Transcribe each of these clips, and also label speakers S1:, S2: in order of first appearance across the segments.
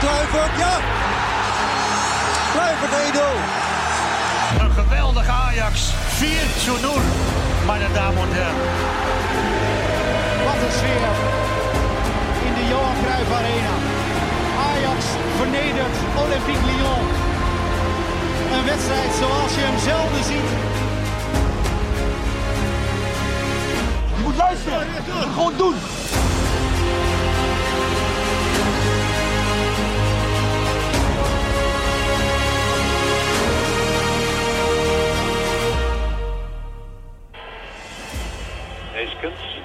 S1: Kluivert, ja! Kluivert, Edo!
S2: Een geweldige Ajax. 4-0, meine Damen und Herren.
S3: Wat een sfeer in de Johan Cruijff Arena. Ajax vernedert Olympique Lyon. Een wedstrijd zoals je hem zelden ziet.
S4: Je moet luisteren. Gewoon doen.
S5: Heeskens.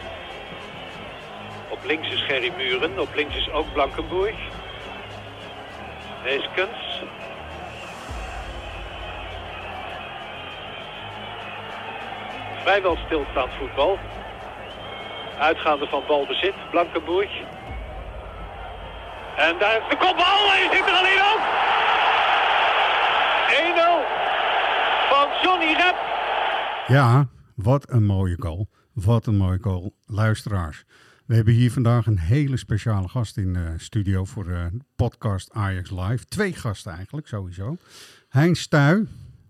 S5: Op links is Gerry Muren, op links is ook Blankenburg. Heeskens. Vrijwel stilstaand voetbal. Uitgaande van balbezit, Blankenburg. En daar is de kopbal, hij zit er alleen op! 1-0 van Johnny Rep.
S6: Ja, wat een mooie goal. Wat een mooie goal. Luisteraars, we hebben hier vandaag een hele speciale gast in de studio voor de podcast Ajax Live. Twee gasten eigenlijk, sowieso. Heinz Stuy,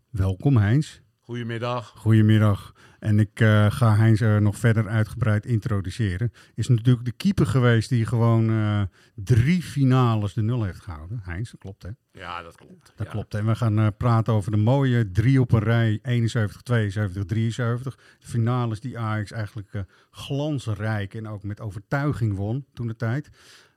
S6: welkom Heinz.
S7: Goedemiddag.
S6: Goedemiddag. En ik eh, ga Heinz eh, nog verder uitgebreid introduceren. Is natuurlijk de keeper geweest die gewoon eh, drie finales de nul heeft gehouden. Heinz, dat klopt hè?
S7: Ja, dat klopt.
S6: Dat
S7: Ja.
S6: klopt. En we gaan eh, praten over de mooie drie op een rij. 71, 72, 73. De finales die Ajax eigenlijk eh, glansrijk en ook met overtuiging won toen de tijd.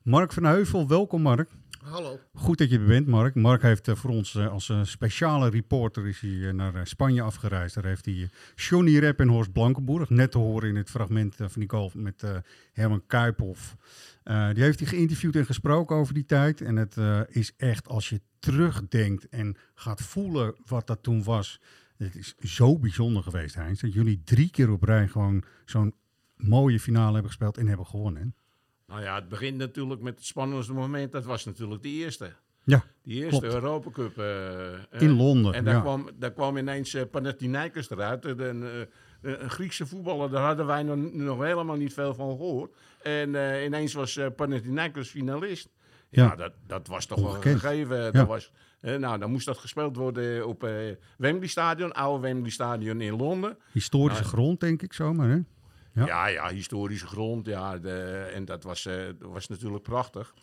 S6: Mark van Heuvel, welkom Mark.
S7: Hallo.
S6: Goed dat je er bent, Mark. Mark heeft eh, voor ons eh, als eh, speciale reporter is hij, eh, naar eh, Spanje afgereisd. Daar heeft hij eh, Johnny Rep en Horst Blankenburg, net te horen in het fragment eh, van die golf met eh, Herman Kuiphoff. Eh, die heeft hij geïnterviewd en gesproken over die tijd. En het eh, is echt, als je terugdenkt en gaat voelen wat dat toen was. Het is zo bijzonder geweest, Heinz, dat jullie drie keer op rij gewoon zo'n mooie finale hebben gespeeld en hebben gewonnen. hè?
S7: Nou ja, het begint natuurlijk met het spannendste moment. Dat was natuurlijk de eerste.
S6: Ja,
S7: Die eerste
S6: Klopt.
S7: Europa Cup. eh, eh.
S6: In Londen,
S7: En daar,
S6: ja.
S7: kwam, daar kwam ineens eh, Panathinaikos eruit. Eh, Een, eh, een Griekse voetballer, daar hadden wij nog, nog helemaal niet veel van gehoord. En eh, ineens was eh Panathinaikos finalist. Ja,
S6: Ja.
S7: dat, dat was toch wel
S6: Ongekend.
S7: een gegeven. Dat
S6: Ja.
S7: was, eh, nou, dan moest dat gespeeld worden op eh Wembley Stadion, oude Wembley Stadion in Londen.
S6: historische
S7: Nou,
S6: grond denk ik zomaar, hè? Ja.
S7: Ja, ja, historische grond. Ja, de, en dat was, eh, dat was natuurlijk prachtig.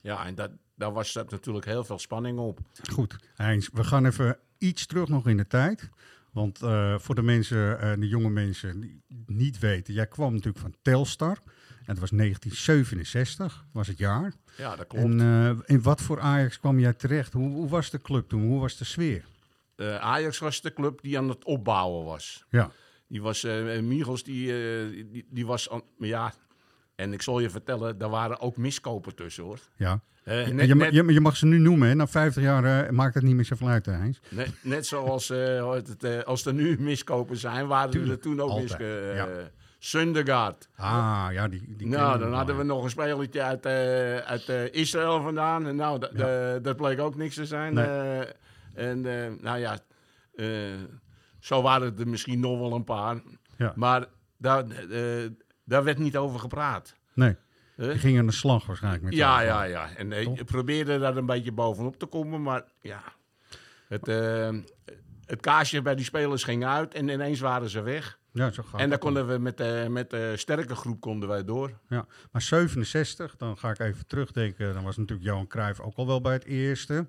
S7: Ja, en dat, daar was dat natuurlijk heel veel spanning op.
S6: Goed, Heinz, we gaan even iets terug nog in de tijd. Want eh, voor de mensen, eh, de jonge mensen die niet weten, jij kwam natuurlijk van Telstar. En het was 1967, was het jaar.
S7: Ja, dat klopt.
S6: En eh, in wat voor Ajax kwam jij terecht? Hoe, hoe was de club toen? Hoe was de sfeer?
S7: Eh, Ajax was de club die aan het opbouwen was.
S6: Ja,
S7: Die was, eh Michels, die, eh, die, die was, aan- maar ja, en ik zal je vertellen, daar waren ook miskopen tussen hoor.
S6: ja.
S7: Eh,
S6: En
S7: net-
S6: je, ma-
S7: net-
S6: je, je mag ze nu noemen, hè? Na 50 jaar eh, maakt het niet meer zoveel uit, hè, Heinz.
S7: Net, net zoals eh, hoe heet het, eh, als er nu miskopen zijn, waren
S6: Tuurlijk,
S7: er toen ook
S6: altijd,
S7: miskopen.
S6: ja.
S7: Sundergaard.
S6: Ah, ja, die, die
S7: Nou,
S6: kennen
S7: dan
S6: wel,
S7: hadden
S6: ja.
S7: we nog een spelertje uit, eh, uit eh, Israël vandaan. En nou, dat- de- dat bleek ook niks te zijn.
S6: Nee.
S7: Eh, en eh, nou ja, eh, zo waren er misschien nog wel een paar.
S6: Ja.
S7: Maar daar, eh, daar werd niet over gepraat.
S6: Nee,
S7: Huh?
S6: die gingen aan de slag waarschijnlijk. Met
S7: Eh? Ja,
S6: elkaar.
S7: ja, ja. En eh,
S6: Toch?
S7: ik probeerde daar een beetje bovenop te komen, maar ja. Het, eh, het kaarsje bij die spelers ging uit en ineens waren ze weg.
S6: Ja, zo gaat
S7: en dan
S6: het.
S7: konden we met, eh met de sterke groep konden wij door.
S6: Ja, maar 67, dan ga ik even terugdenken. Dan was natuurlijk Johan Cruijff ook al wel bij het eerste.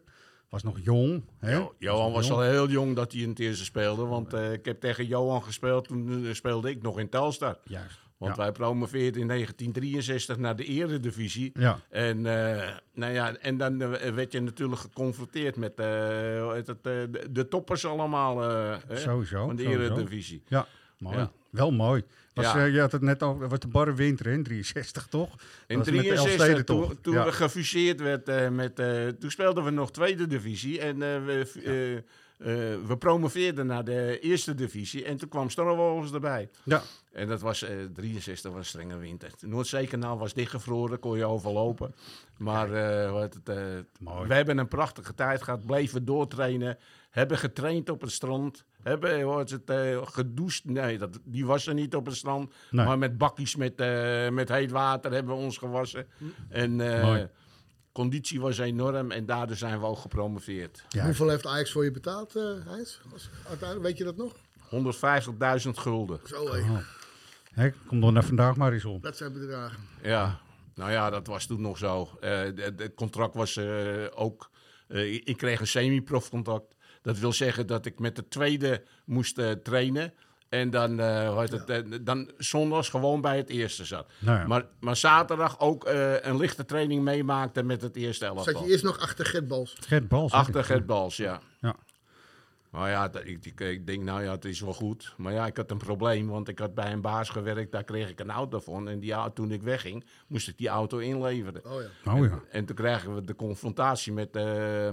S6: Was nog jong. Hè?
S7: Jo- Johan
S6: nog
S7: was
S6: jong.
S7: al heel jong dat hij in het eerste speelde. Want eh, ik heb tegen Johan gespeeld. Toen eh, speelde ik nog in Telstar.
S6: Juist.
S7: Want
S6: ja.
S7: wij promoveerden in 1963 naar de eredivisie.
S6: Ja.
S7: En, eh, nou ja, en dan eh, werd je natuurlijk geconfronteerd met eh, hoe heet het, eh, de, de toppers allemaal eh, hè,
S6: Sowieso,
S7: van de
S6: sowieso.
S7: eredivisie.
S6: Ja, mooi.
S7: Ja.
S6: Wel mooi. Was,
S7: Ja.
S6: eh, je had het net over, dat was de barre winter hè, in 63, toch? Dat
S7: In
S6: was met de
S7: 1963,
S6: Elfstedentocht.
S7: toen, toen
S6: ja.
S7: we gefuseerd werd eh, met... eh, toen speelden we nog tweede divisie en eh, we, eh, eh, we promoveerden naar de eerste divisie. En toen kwam Stormwolves erbij.
S6: ja.
S7: En dat was eh 63, was een strenge winter. Het Noordzeekanaal was dichtgevroren, kon je overlopen. Maar eh, hoe heet het, eh,
S6: Mooi.
S7: we hebben een prachtige tijd gehad, bleven doortrainen. Hebben getraind op het strand. Hebben eh, hoe heet het, eh, gedoucht. Nee, dat, die was er niet op het strand.
S6: Nee.
S7: Maar met bakjes met, eh, met heet water hebben we ons gewassen. En, eh,
S6: Mooi.
S7: conditie was enorm en daardoor zijn we ook gepromoveerd.
S6: Ja,
S1: Hoeveel heeft Ajax voor je betaald, eh Heinz? Als- Uiteindelijk, weet je dat nog?
S7: 150.000 gulden.
S1: Zo, eh, hé.
S6: hè, kom dan naar vandaag maar eens op.
S1: Dat zijn bedragen.
S7: Ja, nou ja, dat was toen nog zo. Eh, d- d- het contract was eh, ook. eh, ik- ik kreeg een semi-prof contract. Dat wil zeggen dat ik met de tweede moest eh, trainen. En dan, eh, hoe heet het, eh, dan zondags gewoon bij het eerste zat.
S6: Nou ja.
S7: maar, maar zaterdag ook eh, een lichte training meemaakte met het eerste
S1: Zat
S7: elftal.
S1: je eerst nog achter Gert Bals?
S6: Gert Bals. hè?
S7: Achter Gert Bals, ja.
S6: Ja.
S7: Nou ja, dat- ik, ik, ik denk, nou ja, het is wel goed. Maar ja, ik had een probleem, want ik had bij een baas gewerkt. Daar kreeg ik een auto van. En die, au- toen ik wegging, moest ik die auto inleveren.
S1: Oh ja.
S6: Oh ja.
S7: En toen krijgen we de confrontatie met, eh,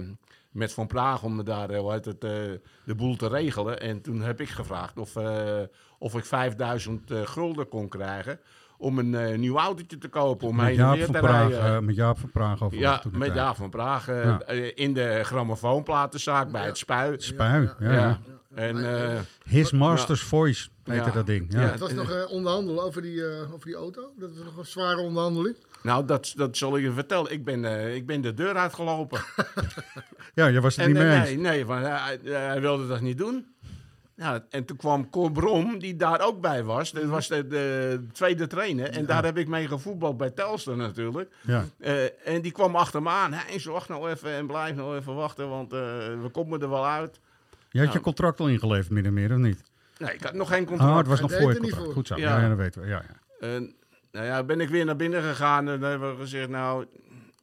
S7: met Van Praag om daar eh, hoe heet het, eh, de boel te regelen. En toen heb ik gevraagd of, eh, of ik 5000 eh, gulden kon krijgen om een eh, nieuw autootje te kopen. Om
S6: Met
S7: heen en
S6: Jaap,
S7: weer
S6: van
S7: te
S6: Praag,
S7: rijden.
S6: eh, met Jaap van Praag over
S7: ja,
S6: toen de
S7: met
S6: tijd.
S7: Jaap van Praag eh,
S6: Ja.
S7: eh, in de grammofoonplatenzaak bij het spui.
S6: Spui, ja.
S7: Ja.
S6: ja.
S7: En, eh,
S6: His Master's Voice heette
S7: Ja.
S6: dat ding. Ja.
S7: Ja.
S1: Het was nog eh, onderhandelen over die, eh, over die auto. Dat was nog een zware onderhandeling.
S7: nou, dat, dat zal ik je vertellen. Ik ben, eh, ik ben de deur uitgelopen.
S6: ja, jij was het
S7: En,
S6: niet mee
S7: eh,
S6: eens.
S7: nee, nee want hij, hij- hij wilde dat niet doen. Ja, en toen kwam Cor Brom, die daar ook bij was. Dat was de, de tweede trainer. En daar heb ik mee gevoetbald bij Telstar natuurlijk.
S6: Ja.
S7: Eh, en die kwam achter me aan. Hij zei, wacht nou even en blijf nou even wachten, want eh, we komen er wel uit.
S6: Je
S7: Nou.
S6: had je contract al ingeleverd, min of meer, of niet?
S7: Nee, ik had nog geen contract.
S6: Ah, het was nog
S1: deed
S6: voor je
S1: er niet
S6: contract.
S1: voor.
S6: Goed zo, ja.
S7: Ja.
S6: ja, dat weten we. Ja, ja.
S7: En, nou ja, ben ik weer naar binnen gegaan en hebben we gezegd, nou...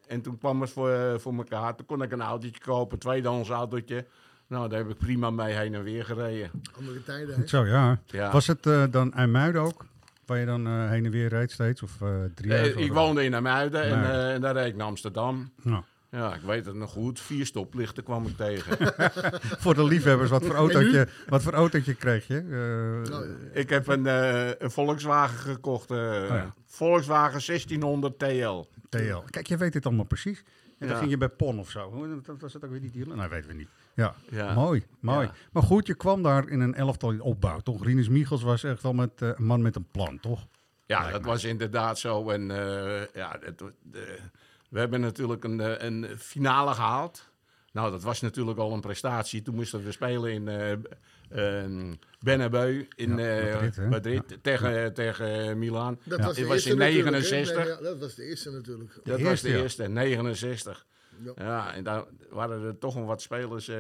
S7: En toen kwam het voor, eh, voor elkaar. Toen kon ik een autootje kopen, een tweedehands autootje. Nou, daar heb ik prima mee heen en weer gereden.
S1: Andere tijden, hè?
S6: Zo, ja.
S7: Ja.
S6: Was het eh, dan IJmuiden ook? Waar je dan eh, heen en weer reed steeds? Of eh, drie
S7: Eh,
S6: jaar?
S7: ik woonde in Amuiden en,
S6: Nee.
S7: eh, en daar reed ik naar Amsterdam.
S6: Nou,
S7: Ja, ik weet het nog goed. Vier stoplichten kwam ik tegen.
S6: voor de liefhebbers, wat voor autootje, wat voor autootje kreeg je? Eh,
S7: ik heb een, eh, een Volkswagen gekocht. eh,
S6: Oh ja.
S7: Volkswagen 1600 TL.
S6: TL. Kijk, je weet dit allemaal precies. En dan
S7: Ja.
S6: ging je bij PON of zo. Hoe- Dat was het ook weer die dealer? Nou, weten we niet. Ja,
S7: Ja.
S6: mooi, mooi.
S7: Ja.
S6: Maar goed, je kwam daar in een elftal in opbouw, toch? Rinus Michels was echt wel met, eh, een man met een plan, toch?
S7: Ja, dat was inderdaad zo. En eh, ja, het- de- we hebben natuurlijk een, eh, een finale gehaald. Nou, dat was natuurlijk al een prestatie. Toen moesten we spelen in eh ehm Bernabeu in
S6: Ja,
S7: eh,
S6: Madrid, hè?
S7: Madrid tegen, tegen Milaan.
S1: Dat
S7: Ja.
S1: was de
S7: Dit was
S1: eerste
S7: in
S1: natuurlijk, hè?
S7: 69.
S1: Nee, ja, dat was de eerste natuurlijk.
S7: Dat was
S6: eerste,
S7: de
S6: ja.
S7: eerste, 69.
S1: Ja.
S7: Ja. en daar waren er toch nog wat spelers eh,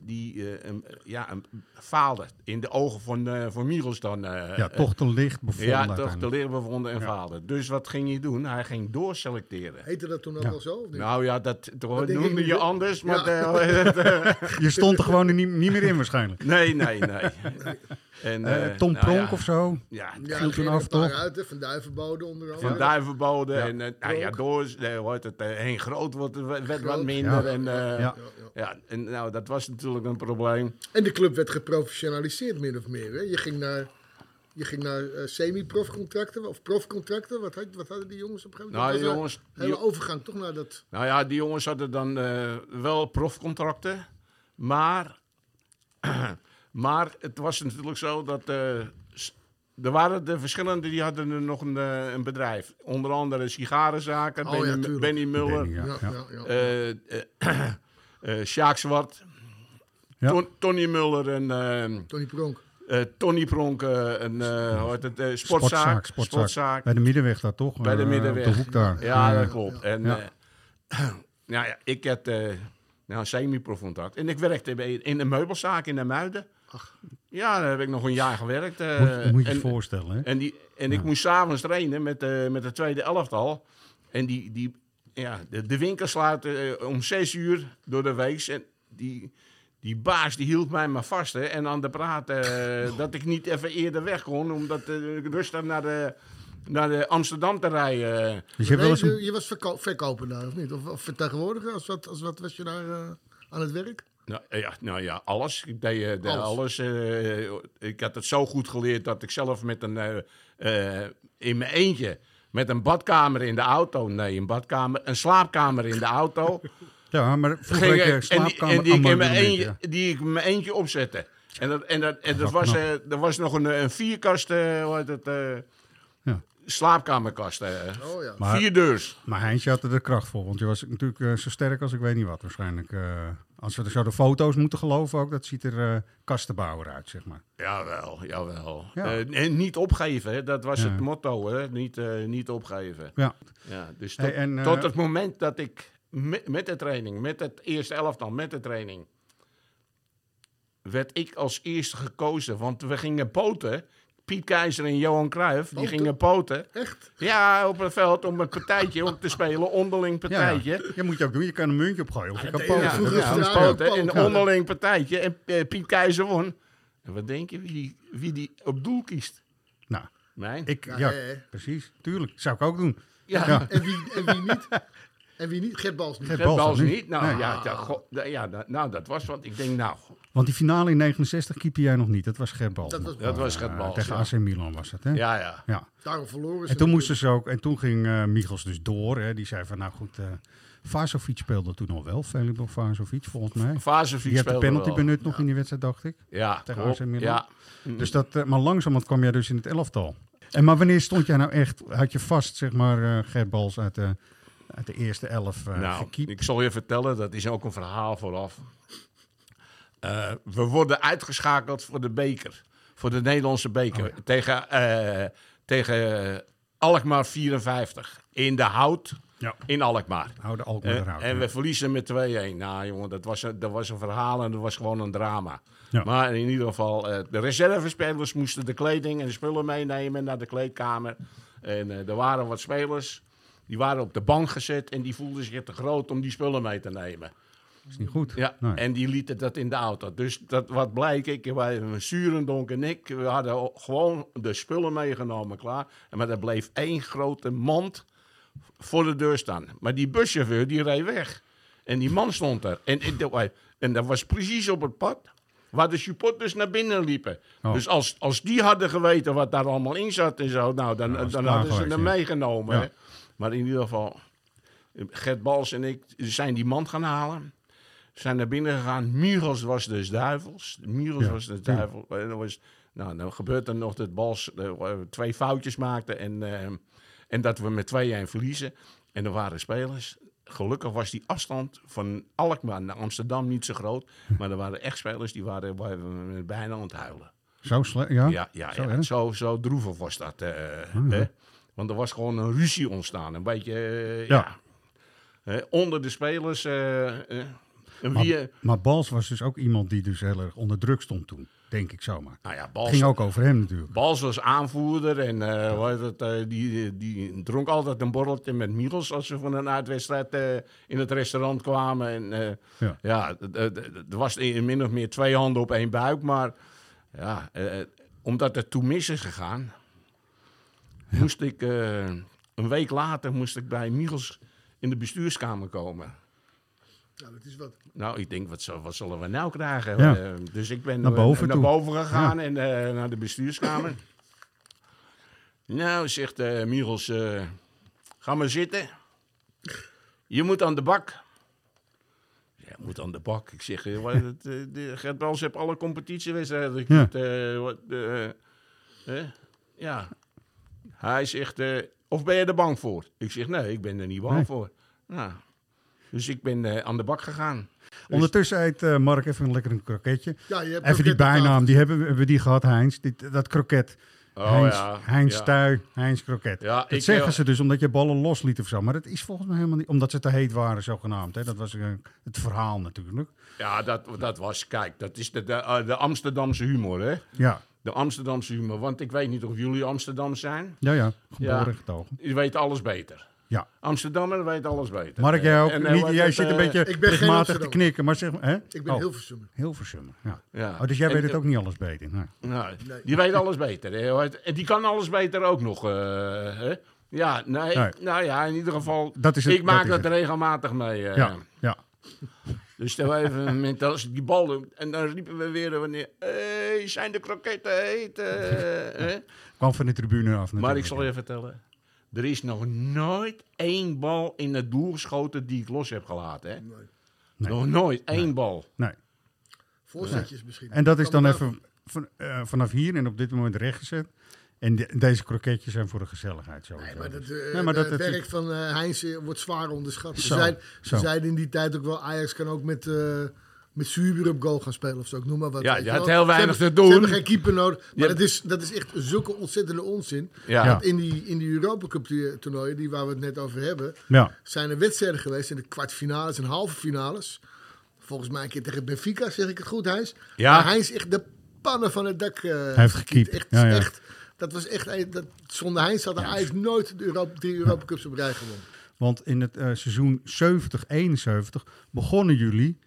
S7: die eh, een- ja, een- faalden. In de ogen van, eh van Michels dan. eh,
S6: Ja,
S7: eh,
S6: toch te licht bevonden
S7: ja, toch
S6: uiteindelijk.
S7: te leren bevonden en faalden. Dus wat ging hij doen? Hij ging doorselecteren.
S1: Heette dat toen ook
S6: Ja.
S1: al zo? Of niet?
S7: Nou ja, dat, dat
S1: denk ik
S7: noemde
S1: niet,
S7: je
S1: hè?
S7: anders, maar... eh,
S1: Ja.
S7: de-
S6: Je stond er gewoon niet, niet meer in waarschijnlijk.
S7: nee, nee, nee. En,
S6: Eh,
S7: eh,
S6: Tom
S7: nou
S6: Pronk
S7: ja.
S6: of zo?
S7: Ja,
S1: ja,
S6: viel
S1: er
S6: toen
S1: gingen
S6: af,
S1: een paar
S6: toch?
S1: Uit, hè, van Duivenbode onder andere.
S7: Van Duivenboden
S6: Ja.
S7: en eh, nou ja, door, eh, hoe heet het, eh, heen groot wordt, werd wat
S1: Groot.
S7: minder.
S6: Ja.
S7: En, eh,
S6: Ja.
S7: ja. en nou, dat was natuurlijk een probleem.
S1: En de club werd geprofessionaliseerd, min of meer. Hè? Je ging naar, je ging naar eh, semi-profcontracten of profcontracten. Wat, had- wat hadden die jongens op een gegeven
S7: Nou,
S1: moment? Dat was
S7: jongens,
S1: een hele
S7: die-
S1: overgang toch naar dat.
S7: Nou ja, die jongens hadden dan eh, wel profcontracten. Maar, maar het was natuurlijk zo dat. eh, s- er waren de verschillende, die hadden er nog een, eh, een bedrijf. Onder andere sigarenzaken,
S1: Oh ja,
S7: Benny,
S1: tuurlijk.
S7: Benny Muller,
S6: Benny, ja.
S1: Ja, ja, ja.
S7: eh, eh, eh, Sjaak Zwart,
S6: Ja.
S7: Ton- Tony Muller en eh,
S1: Tony Pronk.
S7: eh, Tony Pronk, eh, een eh, hoe heet het, eh,
S6: Sportzaak,
S7: sportzaak,
S6: sportzaak. Bij de middenweg daar toch?
S7: bij de
S6: Eh,
S7: middenweg.
S6: Op de hoek daar.
S7: Ja,
S6: Eh,
S7: dat klopt. En eh
S6: Ja.
S7: nou ja, ik had eh nou, een semi-profondact. En ik werkte bij, in een meubelzaak in de Muiden. Ja, daar heb ik nog een jaar gewerkt. eh,
S6: moet, je- moet je
S7: en,
S6: je voorstellen, hè?
S7: en, die, en ik moest s'avonds trainen met, eh, met de tweede elftal. En die, die, ja, de, de winkel sluit eh, om zes uur door de week. En die, die baas die hield mij maar vast hè, en aan de praat eh, dat ik niet even eerder weg kon. Omdat eh, ik rustig naar, de, naar de Amsterdam te rijden.
S6: Dus je hebt wel
S1: Nee,
S6: eens een
S1: je, je was verko- verkoper daar, of niet? Of, of vertegenwoordiger? Als wat, als wat was je daar eh, aan het werk?
S7: Nou ja, nou ja, alles. Ik deed eh, de-
S1: Alles.
S7: alles. eh, ik had het zo goed geleerd dat ik zelf met een, eh, eh, in mijn eentje, met een badkamer in de auto, nee, een badkamer, een slaapkamer in de auto.
S6: Ja, maar vroeger had
S7: ik-
S6: je
S7: en, die,
S6: slaapkamer
S7: en die, ik in mijn
S6: amendementen,
S7: eentje,
S6: ja.
S7: die ik in mijn eentje opzette. En, dat, en, dat, en dat
S6: wel
S7: was, eh, er was nog een, eh, een vierkast, eh, hoe heet het, eh,
S6: Ja.
S7: slaapkamerkast. eh.
S1: Oh ja.
S6: Maar-
S7: Vier deurs.
S6: Maar Heintje had er de kracht voor, want je was natuurlijk eh, zo sterk als ik weet niet wat waarschijnlijk. eh, als we er zo de foto's moeten geloven ook, dat ziet er eh, kastenbouwer uit, zeg maar.
S7: Jawel, jawel.
S6: Ja.
S7: Eh, en niet opgeven, hè. dat was
S6: Ja.
S7: het motto. Hè. Niet, eh, niet opgeven.
S6: Ja,
S7: Ja, dus tot,
S6: Hey, en, eh,
S7: tot het moment dat ik me- met de training, met het eerste elftal, met de training, werd ik als eerste gekozen. Want we gingen poten. Piet Keizer en Johan Cruijff, die
S1: Poten?
S7: gingen poten.
S1: Echt?
S7: Ja, op het veld om een partijtje om te spelen, onderling
S6: ja.
S7: partijtje.
S6: Je moet je ook doen, je kan een muntje opgooien of je kan
S1: deden
S7: Ja,
S1: we
S6: poten.
S1: vroeger
S6: Dat is
S7: ja,
S1: op de
S6: een
S1: oude
S6: spel.
S7: poten en
S1: ja.
S7: onderling partijtje. En eh, Piet Keizer won. En wat denk je wie die, wie die op doel kiest?
S6: Nou,
S7: Mijn.
S6: ik,
S1: Ja,
S6: ja,
S1: hè, hè.
S6: precies, tuurlijk. Zou ik ook doen.
S7: ja.
S1: En wie, en wie niet? En wie niet? Gert Bals niet.
S6: Gert
S7: Red
S6: Bals
S7: Bals
S6: ook
S7: niet. Nou
S6: Nee.
S7: ja, ja, go- da- ja, da- nou, dat was wat. Ik denk, nou,
S6: Want die finale in 69 keepte jij nog niet, dat was Gert Bals
S1: Dat
S6: nog.
S1: was-
S7: dat was Red
S6: Eh,
S7: Bals.
S6: tegen
S7: ja.
S6: AC Milan was het, hè?
S7: Ja, ja.
S6: ja.
S1: Daarom verloren ze.
S6: En toen moesten
S1: natuurlijk.
S6: ze ook, en toen ging eh Michels dus door. Hè, die zei van, nou goed, eh Vazovic speelde toen al wel, Felipe Vazovic volgens mij.
S7: Vazevic
S6: Die had de
S7: speelde
S6: penalty
S7: wel.
S6: benut nog in die wedstrijd, dacht ik.
S7: Ja,
S6: tegen
S7: klopt.
S6: AC Milan.
S7: Ja. Mm-hmm.
S6: Dus dat, eh, maar langzamerhand kwam jij dus in het elftal. En maar wanneer stond jij nou echt, had je vast zeg maar eh Gert Bals uit de, uit de eerste elf eh
S7: nou,
S6: gekiept?
S7: ik zal je vertellen, dat is ook een verhaal vooraf. Eh, we worden uitgeschakeld voor de beker. Voor de Nederlandse beker.
S6: Oh
S7: Tegen, eh, tegen Alkmaar 54. In de hout.
S6: Ja.
S7: In Alkmaar.
S6: Oude Alkmaar
S7: Eh,
S6: eruit,
S7: En
S6: ja.
S7: we verliezen met 2-1. Nou jongen, dat was, een, dat was een verhaal en dat was gewoon een drama.
S6: Ja.
S7: Maar in ieder geval, eh, de reservespelers moesten de kleding en de spullen meenemen naar de kleedkamer. En eh, er waren wat spelers, die waren op de bank gezet en die voelden zich te groot om die spullen mee te nemen.
S6: Dat is niet goed.
S7: Ja,
S6: Nee.
S7: en die lieten dat in de auto. Dus dat, wat blijkt, ik, wij hebben een Surendonk en ik, we hadden o- gewoon de spullen meegenomen, klaar. En Maar er bleef één grote mand voor de deur staan. Maar die buschauffeur, die reed weg. En die man stond er. En, en, dat wa- en dat was precies op het pad waar de supporters naar binnen liepen.
S6: Oh.
S7: Dus als, als die hadden geweten wat daar allemaal in zat en zo, nou, dan,
S6: was het
S7: dan
S6: klaar
S7: hadden ze
S6: geweest,
S7: hem
S6: ja.
S7: meegenomen.
S6: Ja.
S7: hè. Maar in ieder geval, Gert Bals en ik zijn die man gaan halen. Zijn naar binnen gegaan. Michels was dus duivels. Michels
S6: Ja,
S7: was de
S6: tuurlijk.
S7: duivel. En dan, was, nou, dan gebeurt er nog dat Bals eh, twee foutjes maakte. En, eh, en dat we met 2-1 verliezen. En er waren spelers. Gelukkig was die afstand van Alkmaar naar Amsterdam niet zo groot.
S6: Hm.
S7: Maar er waren echt spelers die waren, waren bijna aan het huilen.
S6: Zo slecht, ja?
S7: Ja, ja,
S6: Zo, Oh,
S7: ja.
S6: hè?
S7: Zo, zo, droevig was dat. eh, hè? Want er was gewoon een ruzie ontstaan. Een beetje, eh,
S6: Ja.
S7: ja. Hè, onder de spelers. eh, eh, en wie,
S6: Maar,
S7: eh,
S6: maar Bals was dus ook iemand die dus heel erg onder druk stond toen, denk ik zomaar.
S7: nou ja,
S6: Het
S7: Bals,
S6: ging ook over hem natuurlijk.
S7: Bals was aanvoerder. En eh, hoe heet het, eh, die, die dronk altijd een borreltje met Michels als ze van een uitwedstrijd eh, in het restaurant kwamen. En, eh,
S6: Ja.
S7: ja, d- d- d- er was in- min of meer twee handen op één buik. Maar ja, eh, eh, omdat het toen mis is gegaan, moest ik eh, een week later moest ik bij Michels in de bestuurskamer komen.
S1: Ja, dat is wat.
S7: Nou, ik denk, wat, zal- wat zullen we nou krijgen?
S6: Ja.
S7: Eh, dus ik ben
S6: Naar
S7: eh,
S6: boven
S7: naar
S6: toe.
S7: boven gegaan en eh, naar de bestuurskamer. nou, zegt eh Michels, eh, ga maar zitten. Je moet aan de bak. Ja, moet aan de bak. Ik zeg, eh, wat, het, eh, de- Gert Bals heeft alle competitiewedstrijden geknipt. eh, wat, eh, hè? ja. Hij zegt, eh, of ben je er bang voor? Ik zeg, nee, ik ben er niet bang
S6: Nee.
S7: voor. Nou, dus ik ben eh, aan de bak gegaan.
S6: Ondertussen eet eh, Mark even een lekker een kroketje.
S1: Ja, je hebt
S6: even die
S1: kroket op
S6: bijnaam,
S1: tafel.
S6: die hebben we, hebben we die gehad, Heinz. Dit, dat kroket.
S7: Oh,
S6: Heinz,
S7: ja,
S6: Heinz
S7: ja.
S6: Tui, Heinz Kroket.
S7: Ja,
S6: dat
S7: ik,
S6: zeggen
S7: eh,
S6: ze dus omdat je ballen losliet of zo. Maar dat is volgens mij helemaal niet... Omdat ze te heet waren, zogenaamd. Hè? Dat was eh, het verhaal natuurlijk.
S7: Ja, dat, dat was, kijk, dat is de, de, eh, de Amsterdamse humor, hè?
S6: Ja,
S7: De Amsterdamse humor, want ik weet niet of jullie Amsterdam zijn.
S6: ja, ja. Geboren
S7: Ja.
S6: en getogen.
S7: Je weet alles beter.
S6: Ja.
S7: Amsterdammer weet alles beter.
S6: Mark, jij ook.
S7: En, eh,
S6: niet,
S7: wat
S6: jij
S7: het,
S6: zit een
S7: eh,
S6: beetje
S1: geen
S6: rechtmatig te
S1: Amsterdammer.
S6: knikken. Maar zeg, hè?
S1: Ik ben
S6: oh,
S1: heel versummer.
S6: Hilversum, ja.
S7: Ja.
S6: Oh, dus jij
S7: En,
S6: weet het
S7: eh,
S6: ook niet alles beter. Nee.
S7: Nou,
S1: Nee.
S7: Die weet alles beter. Hè? hoor. En die kan alles beter ook nog. eh, hè? Ja, nee,
S6: Nee.
S7: nou ja, in ieder geval.
S6: Dat is het,
S7: ik maak
S6: dat
S7: dat,
S6: is
S7: regelmatig mee. eh.
S6: Ja, ja.
S7: Dus toen even een moment, als die bal doet, en dan riepen we weer eh, wanneer, hey, zijn de kroketten heet? eh, hè?
S6: Kwam van de tribune af
S7: Maar
S6: natuurlijk.
S7: ik zal je vertellen, er is nog nooit één bal in het doel geschoten die ik los heb gelaten. Hè? Nog nooit één bal.
S6: Nee.
S1: Voorzetjes misschien.
S6: En dat is
S1: Kan
S6: dan
S1: er-
S6: even van, eh, vanaf hier en op dit moment rechtgezet. En de- deze kroketjes zijn voor de gezelligheid sowieso.
S1: Nee, maar dat,
S6: Dus-
S1: eh,
S6: Nee, maar dat-
S1: het
S6: dat-
S1: werk van eh Heinz eh, wordt zwaar onderschat. Ze,
S6: Zo,
S1: zeiden, ze
S6: zo.
S1: zeiden in die tijd ook wel, Ajax kan ook met, eh met Zuber op goal gaan spelen of zo. Ik noem maar wat.
S7: Ja,
S1: weet
S7: je
S1: je
S7: had
S1: wel.
S7: heel
S1: Ze
S7: weinig
S1: hebben-
S7: te doen.
S1: Ze hebben geen keeper nodig. Maar
S7: hebt-
S1: dat, is, dat is echt zulke ontzettende onzin.
S7: Ja.
S1: Want in die, in die Europa Cup die- toernooien, die waar we het net over hebben,
S6: Ja.
S1: zijn er wedstrijden geweest in de kwartfinales en halve finales. Volgens mij een keer tegen Benfica, zeg ik het goed, Heinz.
S7: Ja.
S1: Maar Heinz echt de pannen van het dak. eh,
S6: heeft
S1: gekiet.
S6: gekiept.
S1: Echt,
S6: Ja, ja.
S1: echt. Dat was echt, een- dat, zonder Heinz had Ajax nooit de Europa, drie Europa Cups op rij gewonnen.
S6: Want in het eh, seizoen 70-71 begonnen jullie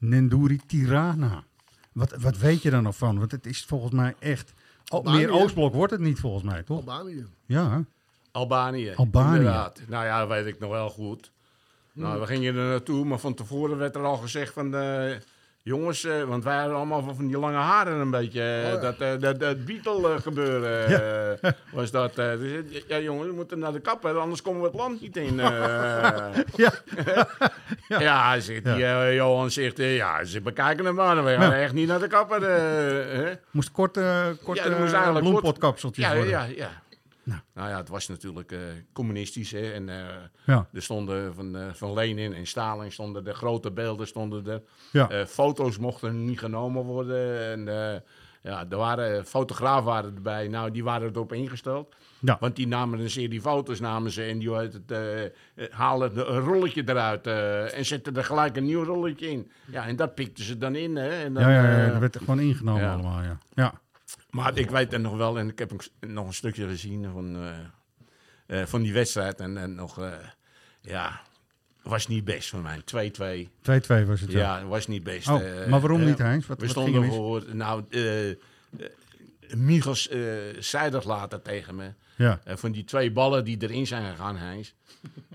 S6: Nenduri Tirana. Wat, wat weet je daar nog van? Want het is volgens mij echt... Oh,
S1: Albanië.
S6: meer Oostblok wordt het niet volgens mij, toch?
S1: Albanië.
S6: Ja, hè?
S7: Albanië.
S6: Albanië. Hmm.
S7: Inderdaad. Nou ja, dat weet ik nog wel goed. Nou, we gingen er naartoe, maar van tevoren werd er al gezegd van... eh, jongens, eh, want wij hadden allemaal van die lange haren een beetje. eh, Dat, eh, dat, dat Beatle eh, gebeuren eh, was dat. eh. Dus, eh, ja, jongens, we moeten naar de kapper, anders komen we het land niet in. eh.
S6: Ja.
S7: ja. zegt die eh, Johan zegt, eh, ja, ze bekijken hem maar. We gaan nou echt niet naar de kapper. eh, hè.
S6: Moest kort, eh kort
S7: Ja, dat moest
S6: eh,
S7: eigenlijk
S6: bloempotkapseltjes
S7: Ja,
S6: worden.
S7: ja, ja. Nou. ja, het was natuurlijk eh, communistisch. Hè, en eh,
S6: Ja.
S7: er stonden van, eh, van Lenin en Stalin stonden de grote beelden stonden er.
S6: Ja.
S7: Eh, foto's mochten niet genomen worden. En, eh, ja, er waren eh, fotografen waren erbij. Nou, die waren erop ingesteld.
S6: Ja.
S7: Want die namen een serie foto's namen ze en die hoe heet het, eh, eh, halen de- een rolletje eruit eh, en zetten er gelijk een nieuw rolletje in. Ja, en dat pikten ze dan in. Hè, en dan,
S6: Ja, ja, ja,
S7: eh,
S6: dat werd gewoon ingenomen
S7: ja.
S6: allemaal, ja. Ja,
S7: maar ik weet het nog wel, en ik heb ook nog een stukje gezien van, eh, eh, van die wedstrijd. En, en nog, eh, ja, was niet best voor mij. 2-2.
S6: 2-2 was het. Ja.
S7: Ja, was niet best.
S6: Oh,
S7: eh,
S6: maar waarom
S7: eh,
S6: niet, Heinz? Wat-
S7: we
S6: wat ging
S7: stonden
S6: er mis?
S7: voor, nou, eh eh, Michels eh, zei dat later tegen me.
S6: Ja.
S7: Eh, van die twee ballen die erin zijn gegaan, Heinz.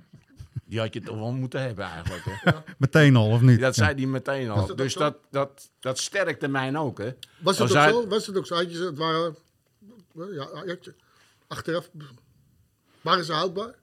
S7: Die had je toch wel moeten hebben eigenlijk. Hè?
S6: Meteen al, of niet?
S7: Dat
S6: Ja.
S7: zei hij meteen al.
S1: dat ook
S7: dus
S1: zo?
S7: dat, dat, dat sterkte mij ook. Hè?
S1: Was
S7: Dan
S6: Oh,
S1: het,
S7: zei-
S1: ook zo? was het ook zo? Had je ze, het waren, eh, ja, had je- achteraf, waren ze houdbaar?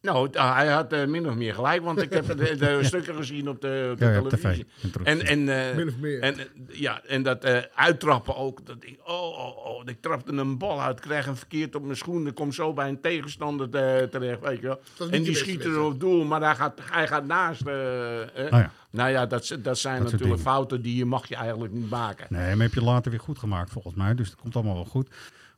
S7: Nou, t- hij had eh, min of meer gelijk, want ik heb de, de stukken gezien op de, op de
S6: Ja, ja, op
S7: televisie.
S6: tv. En terug.
S7: en, en, eh,
S1: Min of meer.
S7: En, eh, ja, en dat eh, uittrappen ook. Dat ik, oh, oh, oh, ik trapte een bal uit, kreeg hem verkeerd op mijn schoen. Dan kom zo bij een tegenstander te- terecht, weet je wel.
S1: was niet
S7: En
S1: je
S7: die
S1: beste
S7: schiet er
S1: wedstrijd.
S7: op doel, maar hij gaat, hij gaat naast. eh, eh.
S6: Nou ja.
S7: Nou ja, dat, z- dat zijn
S6: soort
S7: natuurlijk
S6: dingen.
S7: fouten die je mag je eigenlijk niet maken.
S6: Nee, maar heb je later weer goed gemaakt volgens mij. Dus dat komt allemaal wel goed.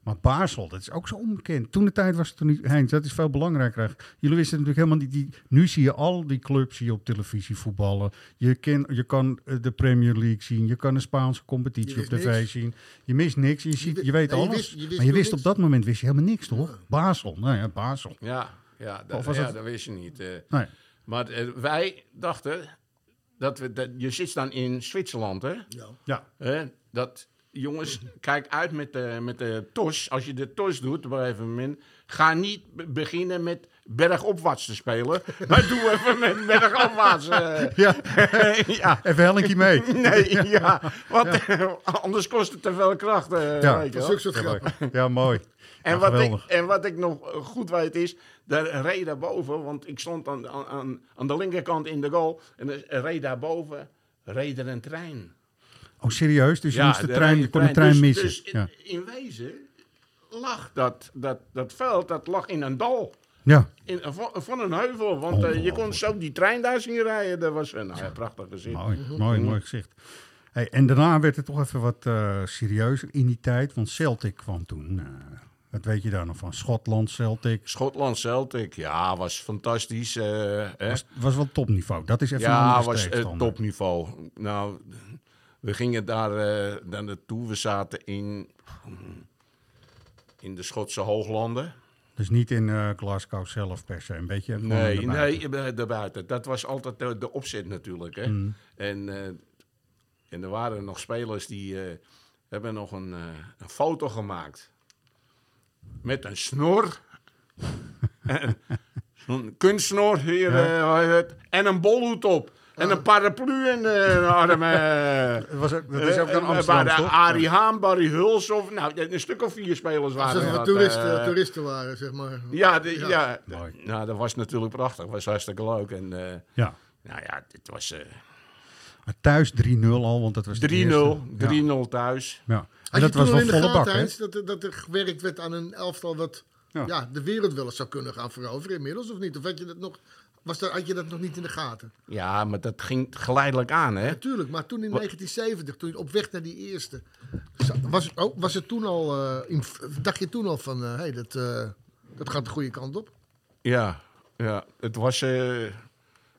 S6: Maar Basel, dat is ook zo onbekend. Toen de tijd was het toen niet. Heinz, dat is veel belangrijker. eigenlijk. Jullie wisten natuurlijk helemaal niet. Die, nu zie je al die clubs hier op televisie voetballen. Je, ken, je kan eh, de Premier League zien. Je kan de Spaanse competitie
S1: Je
S6: op
S1: mist
S6: tv
S1: niks.
S6: zien. Je mist niks. Je, ziet,
S1: wi-
S6: je weet
S1: nee, je
S6: alles.
S1: wist- je wist
S6: maar je
S1: nog
S6: wist op
S1: niks.
S6: dat moment wist je helemaal niks, toch? Basel. Nou ja, Basel. Nou
S7: Ja, ja, dat,
S6: Of was
S7: ja,
S6: het-
S7: dat wist je niet. eh.
S6: Nee.
S7: Maar eh, wij dachten, dat we, dat, je zit dan in Zwitserland, hè?
S6: Ja.
S7: Hè? Dat, jongens, kijk uit met de, met de tos. Als je de tos doet, op een gegeven moment, ga niet be- beginnen met bergopwaarts te spelen. maar doe even met bergafwaarts. eh.
S6: Ja.
S7: ja.
S6: Even Hellinkje mee.
S7: Nee, ja. Want eh, anders kost het te veel kracht. eh,
S6: Ja.
S7: weet je wel.
S1: Zulke soort grappen.
S6: Ja, mooi.
S7: En,
S6: Ja,
S7: wat ik,
S6: geweldig.
S7: en wat ik nog eh, goed weet is, daar reed daarboven, want ik stond aan, aan- aan, aan de linkerkant in de goal. En er reed daarboven, reed er een trein.
S6: Oh, serieus? Dus je, moest de trein, je kon de trein
S7: Dus-
S6: missen.
S7: Dus in,
S6: ja.
S7: in wezen lag dat, dat, dat veld, dat lag in een dal.
S6: ja.
S7: In, eh, van, van een heuvel, want
S6: Oh,
S7: eh, je kon zo die trein daar zien rijden. Dat was een nou, ja, prachtig gezicht.
S6: Mooi, mooi, mooi gezicht. Hey, en daarna werd het toch even wat eh, serieuzer in die tijd, want Celtic kwam toen. eh, wat weet je daar nog van? Schotland, Celtic.
S7: Schotland Celtic, ja, was fantastisch. eh, hè.
S6: Was, was wel topniveau. Dat is even een
S7: Ja,
S6: andere
S7: was eh,
S6: tegenstander.
S7: topniveau. Nou, we gingen daar eh, daar naartoe. We zaten in, in de Schotse Hooglanden.
S6: Dus niet in eh, Glasgow zelf per se. Een beetje. gewoon
S7: Nee,
S6: erbuiten.
S7: nee, eh, daarbuiten. Dat was altijd de, de opzet natuurlijk. Hè?
S6: Mm.
S7: En, eh, en er waren nog spelers die eh, hebben nog een, eh, een foto gemaakt. Met een snor. Zo'n kunstsnor hier. eh, het- en een bolhoed op. En
S6: Ah.
S7: een paraplu in de arm. eh.
S6: Dat, was ook, dat is ook
S7: Eh,
S6: een
S7: eh,
S6: Amsterdam,
S7: waren
S6: toch?
S7: Arie Haan, Barry Hulshoff. Nou, een stuk of vier spelers
S6: Ah,
S7: waren
S1: Alsof we
S7: dat,
S1: toeristen,
S7: eh.
S1: toeristen waren, zeg maar.
S7: Ja, de- ja.
S6: Mooi.
S7: nou, dat was natuurlijk prachtig. was hartstikke leuk. En, eh,
S6: Ja.
S7: nou ja, dit was... eh,
S6: Maar thuis 3-0 al, want dat was de
S7: 3-0, 3-0
S6: eerste. Ja.
S7: thuis.
S6: Ja. En
S1: Had je
S6: dat
S1: toen
S6: was
S1: al
S6: wel
S1: in de
S6: volle bak,
S1: gaten
S6: hè?
S1: eens dat, er- dat er gewerkt werd aan een elftal dat
S6: Ja.
S1: ja. de wereld wel eens zou kunnen gaan veroveren inmiddels, of niet? Of had je dat nog, was daar, had je dat nog niet in de gaten?
S7: Ja, maar dat ging geleidelijk aan, hè?
S1: Natuurlijk, maar toen in 1970, toen je op weg naar die eerste, za- was, oh, was het toen al, eh, in, dacht je toen al van, hé, hey, dat, eh, dat gaat de goede kant op?
S7: Ja, ja. het was eh,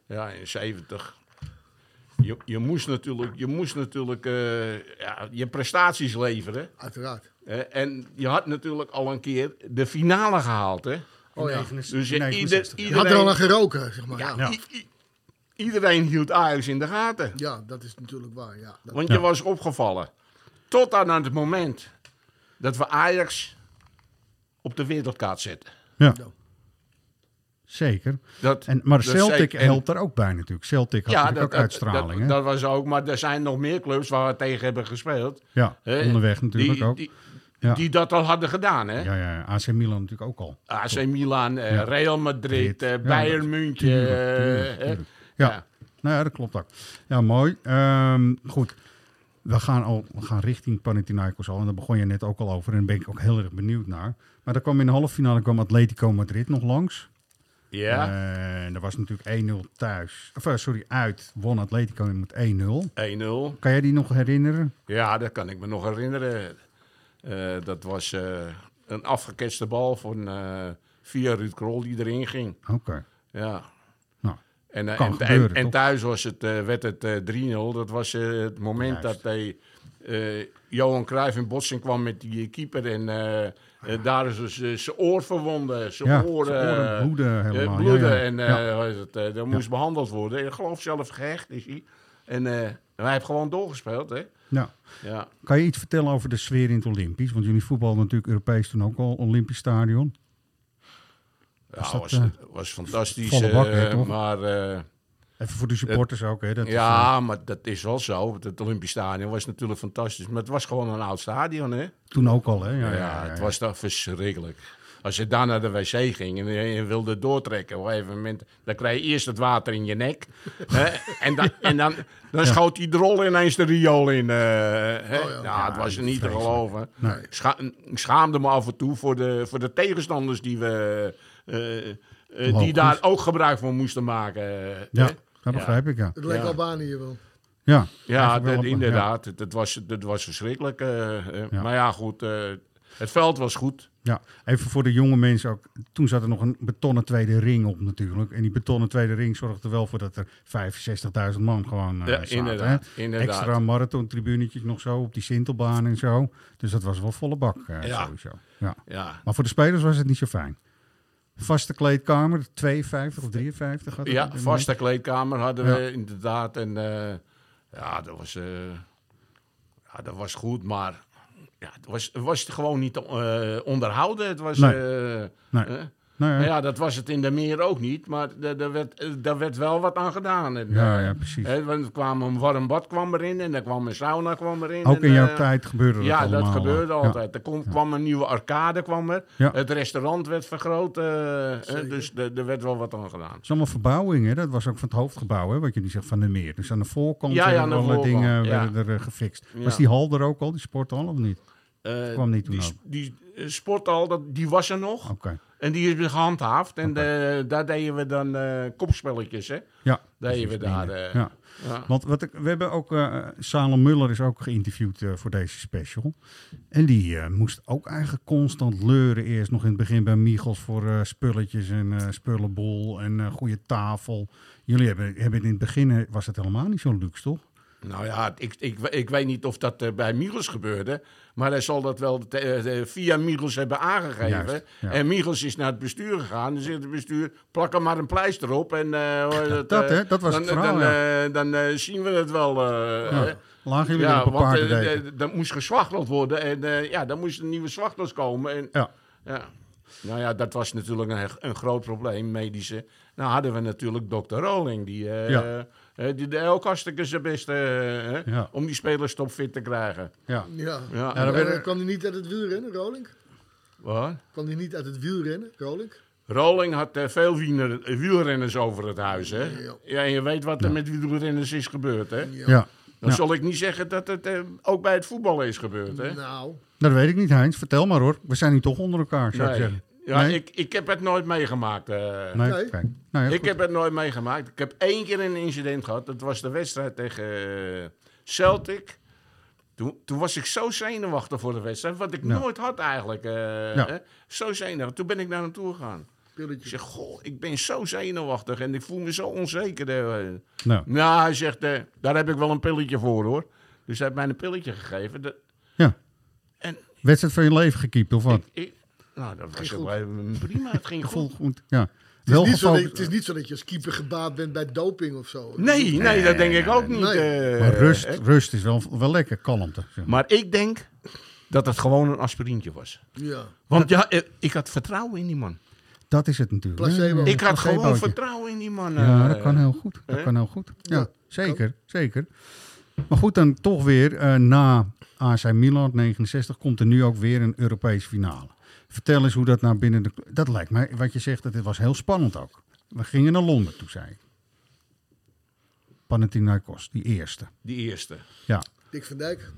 S7: ja, in 70. Je, je moest natuurlijk, je, moest natuurlijk eh, ja, je prestaties leveren.
S1: Uiteraard.
S7: hè. en je had natuurlijk al een keer de finale gehaald. Hè?
S1: Oh ja.
S7: Dus je, ieder-
S6: 69.
S1: Je had
S7: iedereen,
S1: er al aan geroken, zeg maar. Ja, ja.
S7: i- i- iedereen hield Ajax in de gaten.
S1: dat is natuurlijk waar. Ja, dat,
S7: Want je was opgevallen. Tot aan het moment dat we Ajax op de wereldkaart zetten.
S6: Ja. Zeker.
S7: Dat,
S6: En, maar
S7: dat
S6: Celtic
S7: zeker- en-
S6: helpt daar ook bij natuurlijk. Celtic had natuurlijk ook uitstraling.
S7: dat,
S6: hè?
S7: dat was ook. Maar er zijn nog meer clubs waar we tegen hebben gespeeld.
S6: ja,
S7: hè,
S6: onderweg natuurlijk
S7: die,
S6: ook.
S7: Die,
S6: Ja.
S7: die dat al hadden gedaan. Hè?
S6: ja, ja, AC Milan natuurlijk ook al.
S7: AC Milan, eh,
S6: Ja.
S7: Real Madrid, eh,
S6: Ja,
S7: Bayern München.
S6: tuurlijk,
S7: eh,
S6: tuurlijk,
S7: hè.
S6: tuurlijk. Ja. nou ja, dat klopt ook. Ja, mooi. Ehm, goed. We gaan, al, we gaan richting Panathinaikos al. En daar begon je net ook al over. En daar ben ik ook heel erg benieuwd naar. Maar dan kwam in de halve finale kwam Atletico Madrid nog langs.
S7: ja.
S6: Eh, En er was natuurlijk 1-0 thuis. Of eh, sorry, uit won Atletico met 1-0.
S7: 1-0.
S6: Kan jij die nog herinneren?
S7: Ja, dat kan ik me nog herinneren. Eh, dat was eh, een afgeketste bal van, eh, via Ruud Krol die erin ging.
S6: Oké.
S7: Ja.
S6: Nou,
S7: En, eh,
S6: Kan
S7: en,
S6: gebeuren,
S7: en- en
S6: toch?
S7: thuis was het, eh, werd het eh, 3-0. Dat was eh, het moment dat hij, eh, Johan Cruijff in botsing kwam met die keeper. En eh, eh, daar is dus eh, zijn oor verwonden. Zijn
S6: Ja,
S7: oor,
S6: zijn oren
S7: eh,
S6: bloeden helemaal.
S7: eh, bloeden.
S6: Ja, ja.
S7: En eh,
S6: Ja.
S7: hoe heet het, eh, dat moest behandeld worden. Ik geloof zelf gehecht is hij. En eh, hij heeft gewoon doorgespeeld. Hè?
S6: Nou,
S7: Ja.
S6: kan je iets vertellen over de sfeer in het Olympisch? Want jullie voetbalden natuurlijk Europees toen ook al, Olympisch Stadion.
S7: Ja,
S6: dat,
S7: Nou, was,
S6: eh,
S7: was fantastisch.
S6: volle bak,
S7: eh,
S6: hè, toch?
S7: maar eh,
S6: Even voor de supporters ook, hè? Dat is, eh,
S7: ja, maar dat is wel zo. Het Olympisch Stadion was natuurlijk fantastisch. Maar het was gewoon een oud stadion, hè?
S6: eh, toen ook al, hè? Ja,
S7: Ja,
S6: ja, ja,
S7: het
S6: ja.
S7: was toch verschrikkelijk. Als je daar naar de wc ging en je wilde doortrekken, op een gegeven moment, dan krijg je eerst het water in je nek. hè, en dan, en dan, dan schoot die drol ineens de riool in. eh, hè.
S6: Oh,
S7: ja, het was niet te geloven. Scha- ik schaamde me af en toe voor de, voor de tegenstanders die we. eh, eh,
S6: Logisch.
S7: die daar ook gebruik van moesten maken. eh,
S6: Ja,
S7: hè.
S6: dat begrijp ik, ja.
S1: het leek
S7: Ja.
S1: Albanië wel.
S6: Ja,
S7: Ja,
S6: eigenlijk wel
S7: dat,
S6: op-
S7: inderdaad. Het, het was, het was verschrikkelijk. eh, eh,
S6: Ja.
S7: Maar ja, goed. eh, het veld was goed.
S6: Ja, even voor de jonge mensen ook. Toen zat er nog een betonnen tweede ring op natuurlijk. En die betonnen tweede ring zorgde er wel voor dat er 65.000 man gewoon eh
S7: Ja,
S6: zaten.
S7: inderdaad,
S6: hè.
S7: inderdaad.
S6: Extra marathontribunetjes nog zo op die Sintelbaan en zo. Dus dat was wel volle bak eh,
S7: Ja.
S6: sowieso. Ja.
S7: Ja.
S6: Maar voor de spelers was het niet zo fijn. Vaste kleedkamer, 52 of 53? had ik
S7: Ja,
S6: het in
S7: vaste kleedkamer hadden
S6: Ja.
S7: we inderdaad. En eh, ja, dat was, eh, ja, dat was goed, maar ja, het was, het was gewoon niet eh, onderhouden. Het was,
S6: Nee.
S7: eh,
S6: Nee.
S7: eh,
S6: Nou
S7: nou
S6: ja,
S7: ja, dat was het in de meer ook niet, maar da- daar werd, eh, daar werd wel wat aan gedaan. En,
S6: Ja,
S7: eh,
S6: ja, precies.
S7: hè, want er kwam een warm bad kwam erin en er kwam een sauna kwam erin.
S6: ook
S7: en,
S6: in jouw
S7: eh,
S6: tijd gebeurde dat
S7: Ja,
S6: allemaal.
S7: dat gebeurde
S6: eh, ja.
S7: altijd. Er kom- kwam een nieuwe arcade, kwam er.
S6: Ja.
S7: het restaurant werd vergroot, eh, eh, dus er er werd wel wat aan gedaan.
S6: Het is allemaal verbouwing, hè? Dat was ook van het hoofdgebouw, hè? Wat jullie zegt van de meer. Dus aan de voorkant
S7: Ja, ja,
S6: werden
S7: aan de
S6: alle
S7: voorkant,
S6: dingen
S7: ja.
S6: werden er eh, gefixt. Was
S7: Ja.
S6: die hal er ook al, die sporthal of niet?
S7: Eh,
S6: kwam niet toen
S7: die,
S6: ook. Oh.
S7: s- die eh, sporthal, dat, die was er nog.
S6: Oké.
S7: En die is gehandhaafd. En eh, daar deden we dan eh, kopspelletjes, hè?
S6: Ja.
S7: Deden we
S6: precies,
S7: daar.
S6: minder.
S7: eh,
S6: ja.
S7: ja.
S6: Want wat ik, we hebben ook, eh Salem Muller is ook geïnterviewd eh, voor deze special. En die eh, moest ook eigenlijk constant leuren. Eerst nog in het begin bij Michels voor eh, spulletjes en eh spullenboel en eh goede tafel. Jullie hebben, hebben in het begin, eh, was het helemaal niet zo luxe, toch?
S7: Nou ja, ik, ik, ik weet niet of dat eh, bij Michels gebeurde. Maar hij zal dat wel te- eh, via Michels hebben aangegeven.
S6: Juist, ja.
S7: En Michels is naar het bestuur gegaan. Dan zegt het bestuur, plak er maar een pleister op. En, eh, hoe heet het,
S6: dat,
S7: eh,
S6: hè? Dat was
S7: dan,
S6: het verhaal,
S7: Dan,
S6: ja.
S7: eh, dan eh, zien we het wel. eh,
S6: Ja.
S7: hè.
S6: Lagen jullie
S7: Ja,
S6: er op een
S7: want eh,
S6: paardendeken?
S7: eh, dat moest geslachteld worden. En eh, ja, dan moesten nieuwe slachtoffers komen. En,
S6: ja.
S7: Ja. Nou ja, dat was natuurlijk een, een groot probleem, medische. Nou hadden we natuurlijk dokter Rowling, die, eh
S6: Ja.
S7: eh, die de elk hartstikke zijn best eh, hè,
S6: Ja.
S7: om die spelers topfit te krijgen.
S6: ja.
S1: Ja.
S7: Ja.
S1: En,
S6: dan werd
S1: eh,
S6: er-
S1: kwam hij niet uit het wielrennen, Rolink?
S7: Wat?
S1: Kwam hij niet uit het wielrennen, Rolink?
S7: Rolling had eh, veel wiener- wielrenners over het huis. Hè?
S1: Ja.
S7: Ja, en je weet wat er met wielrenners is gebeurd. Hè?
S6: Ja.
S7: Dan
S6: Ja.
S7: zal ik niet zeggen dat het eh, ook bij het voetballen is gebeurd. Hè?
S1: Nou,
S6: Dat weet ik niet, Heinz. Vertel maar hoor. We zijn hier toch onder elkaar, zou ik zeggen.
S7: Ja,
S6: Nee?
S7: Ik, ik heb het nooit meegemaakt. eh.
S6: Nee,
S1: Nee.
S6: kijk. Nou, ja,
S7: ik
S6: goed.
S7: heb het nooit meegemaakt. Ik heb één keer een incident gehad. Dat was de wedstrijd tegen eh, Celtic. Toen, toen was ik zo zenuwachtig voor de wedstrijd. Wat ik
S6: Ja.
S7: nooit had eigenlijk. eh,
S6: Ja.
S7: hè. Zo zenuwachtig. Toen ben ik naar hem toe gegaan. Ik
S1: pilletje.
S7: zeg, goh, ik ben zo zenuwachtig en ik voel me zo onzeker. eh."
S6: Nou,
S7: Nou, hij zegt, eh, daar heb ik wel een pilletje voor hoor. Dus hij heeft mij een pilletje gegeven. Dat-
S6: ja.
S7: en
S6: Wedstrijd van je leven gekiept, of wat?
S7: ik, nou, dat was
S1: Ging
S7: wel even prima. Het ging
S6: Gevoel
S7: goed.
S6: goed. Ja.
S1: Het
S6: Wel
S1: is, niet zo dat,
S6: gefocust.
S1: het is niet zo dat je als keeper gebaat bent bij doping of zo.
S7: Nee, nee, dat denk ik ook niet.
S1: nee.
S7: eh,
S6: Maar rust,
S7: hè.
S6: rust is wel, wel lekker, kalmte. zeg maar.
S7: Maar ik denk dat het gewoon een aspirintje was.
S1: Ja.
S7: Want ja, eh, ik had vertrouwen in die man.
S6: Dat is het natuurlijk.
S1: Placebo.
S6: Ja, ja,
S7: Ik had gewoon
S6: placebootje.
S7: vertrouwen in die man.
S6: Ja,
S7: eh.
S6: dat kan heel goed. Dat
S7: hè?
S6: kan heel goed. Ja,
S1: Ja,
S6: zeker, zeker. Maar goed, dan toch weer eh, na AC Milan 69 komt er nu ook weer een Europese finale. Vertel eens hoe dat nou binnen de... Dat lijkt mij, wat je zegt, dat het was heel spannend ook. We gingen naar Londen toe, zei ik. Panathinaikos, die eerste.
S7: Die eerste.
S6: Ja,
S1: Dick van Dijk.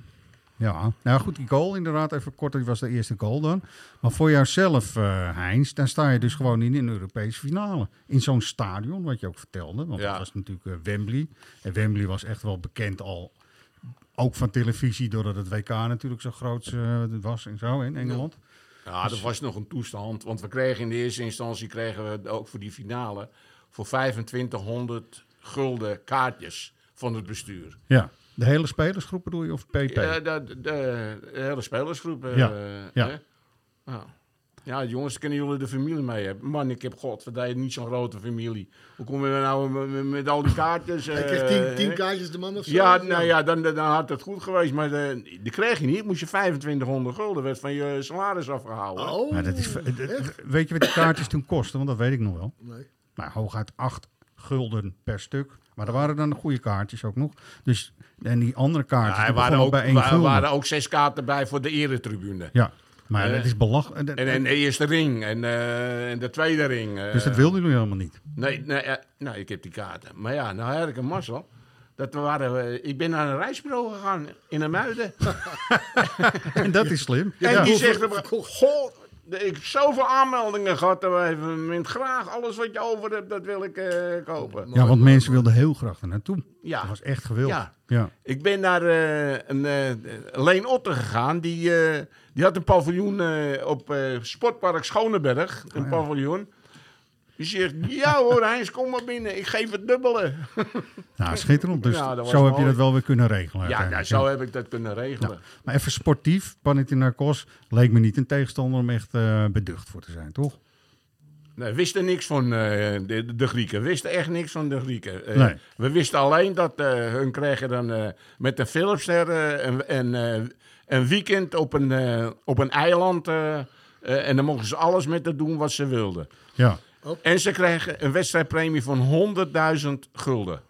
S6: ja. Nou goed, die goal inderdaad, even kort, die was de eerste goal dan. Maar voor jouzelf, eh Heinz, daar sta je dus gewoon in een Europese finale. In zo'n stadion, wat je ook vertelde. Want
S7: Ja.
S6: dat was natuurlijk eh, Wembley. En Wembley was echt wel bekend al, ook van televisie, doordat het WK natuurlijk zo groot eh, was en zo in Engeland.
S7: Ja,
S6: Dus-
S7: dat was nog een toestand. Want we kregen in de eerste instantie, kregen we ook voor die finale, voor 2500 gulden kaartjes van het bestuur.
S6: Ja. De hele spelersgroep bedoel je, of PP?
S7: Ja, de, de, de hele spelersgroep. eh,
S6: Ja,
S7: eh,
S6: ja.
S7: hè? Nou. Ja, jongens, kunnen jullie de familie mee hebben? Man, ik heb godverdijd niet zo'n grote familie. Hoe kom je er nou met, met- met al die kaartjes?
S1: Hij
S7: eh,
S1: kreeg tien, tien
S7: hè?
S1: kaartjes de man of zo.
S7: Ja, nou ja, dan, dan had het goed geweest. Maar de, die kreeg je niet. Moest je 2500 gulden. werd van je salaris afgehouden.
S1: Oh,
S6: Maar dat is, dat-
S1: echt?
S6: weet je wat die kaartjes toen kosten? Want dat weet ik nog wel.
S1: Nee.
S6: nou, hooguit 8 gulden per stuk. Maar er waren dan de goede kaartjes ook nog. Dus, en die andere kaartjes,
S7: Ja,
S6: die
S7: er waren
S6: begonnen
S7: ook,
S6: bij één
S7: wa-
S6: gulden.
S7: waren ook zes kaarten bij voor de eretribune.
S6: Ja, maar
S7: Eh.
S6: dat is belachelijk.
S7: En, en de eerste ring en, eh, en de tweede ring. eh.
S6: dus dat wilden jullie helemaal niet.
S7: Nee, nee, eh, nou, ik heb die kaarten. Maar ja, nou had ik een mazzel. Dat we waren, eh, ik ben naar een reisbureau gegaan in de Muiden.
S6: En dat is slim.
S7: En
S6: Ja.
S7: die zegt, er maar, goh, ik heb zoveel aanmeldingen gehad. Dat we even, moment, graag alles wat je over hebt, dat wil ik eh, kopen.
S1: Oh,
S6: Ja, want mensen wilden heel graag er naartoe.
S7: Ja.
S6: Dat was echt geweldig. Ja.
S7: Ja. Ik ben naar eh, een eh, Leen Otter gegaan. Die, eh, die had een paviljoen eh, op eh, Sportpark Schoneberg. Een paviljoen. Die zegt, ja hoor Heinz, kom maar binnen. Ik geef het dubbele.
S6: Nou, schitterend. Dus
S7: Ja, dat was
S6: zo heb je
S7: mooi.
S6: dat wel weer kunnen regelen.
S7: Ja, nou,
S6: uiteindelijk.
S7: zo heb ik dat kunnen regelen.
S6: Maar even sportief, Panathinaikos leek me niet een tegenstander om echt eh, beducht voor te zijn, toch?
S7: Nee, wisten niks van eh, de, de Grieken. Wisten echt niks van de Grieken. Eh,
S6: Nee.
S7: We wisten alleen dat eh, hun kregen dan eh, met de Philipster eh, een, een, eh, een weekend op een, eh, op een eiland. eh, eh, en dan mochten ze alles met het doen wat ze wilden.
S6: Ja.
S7: En ze kregen een wedstrijdpremie van 100.000 gulden.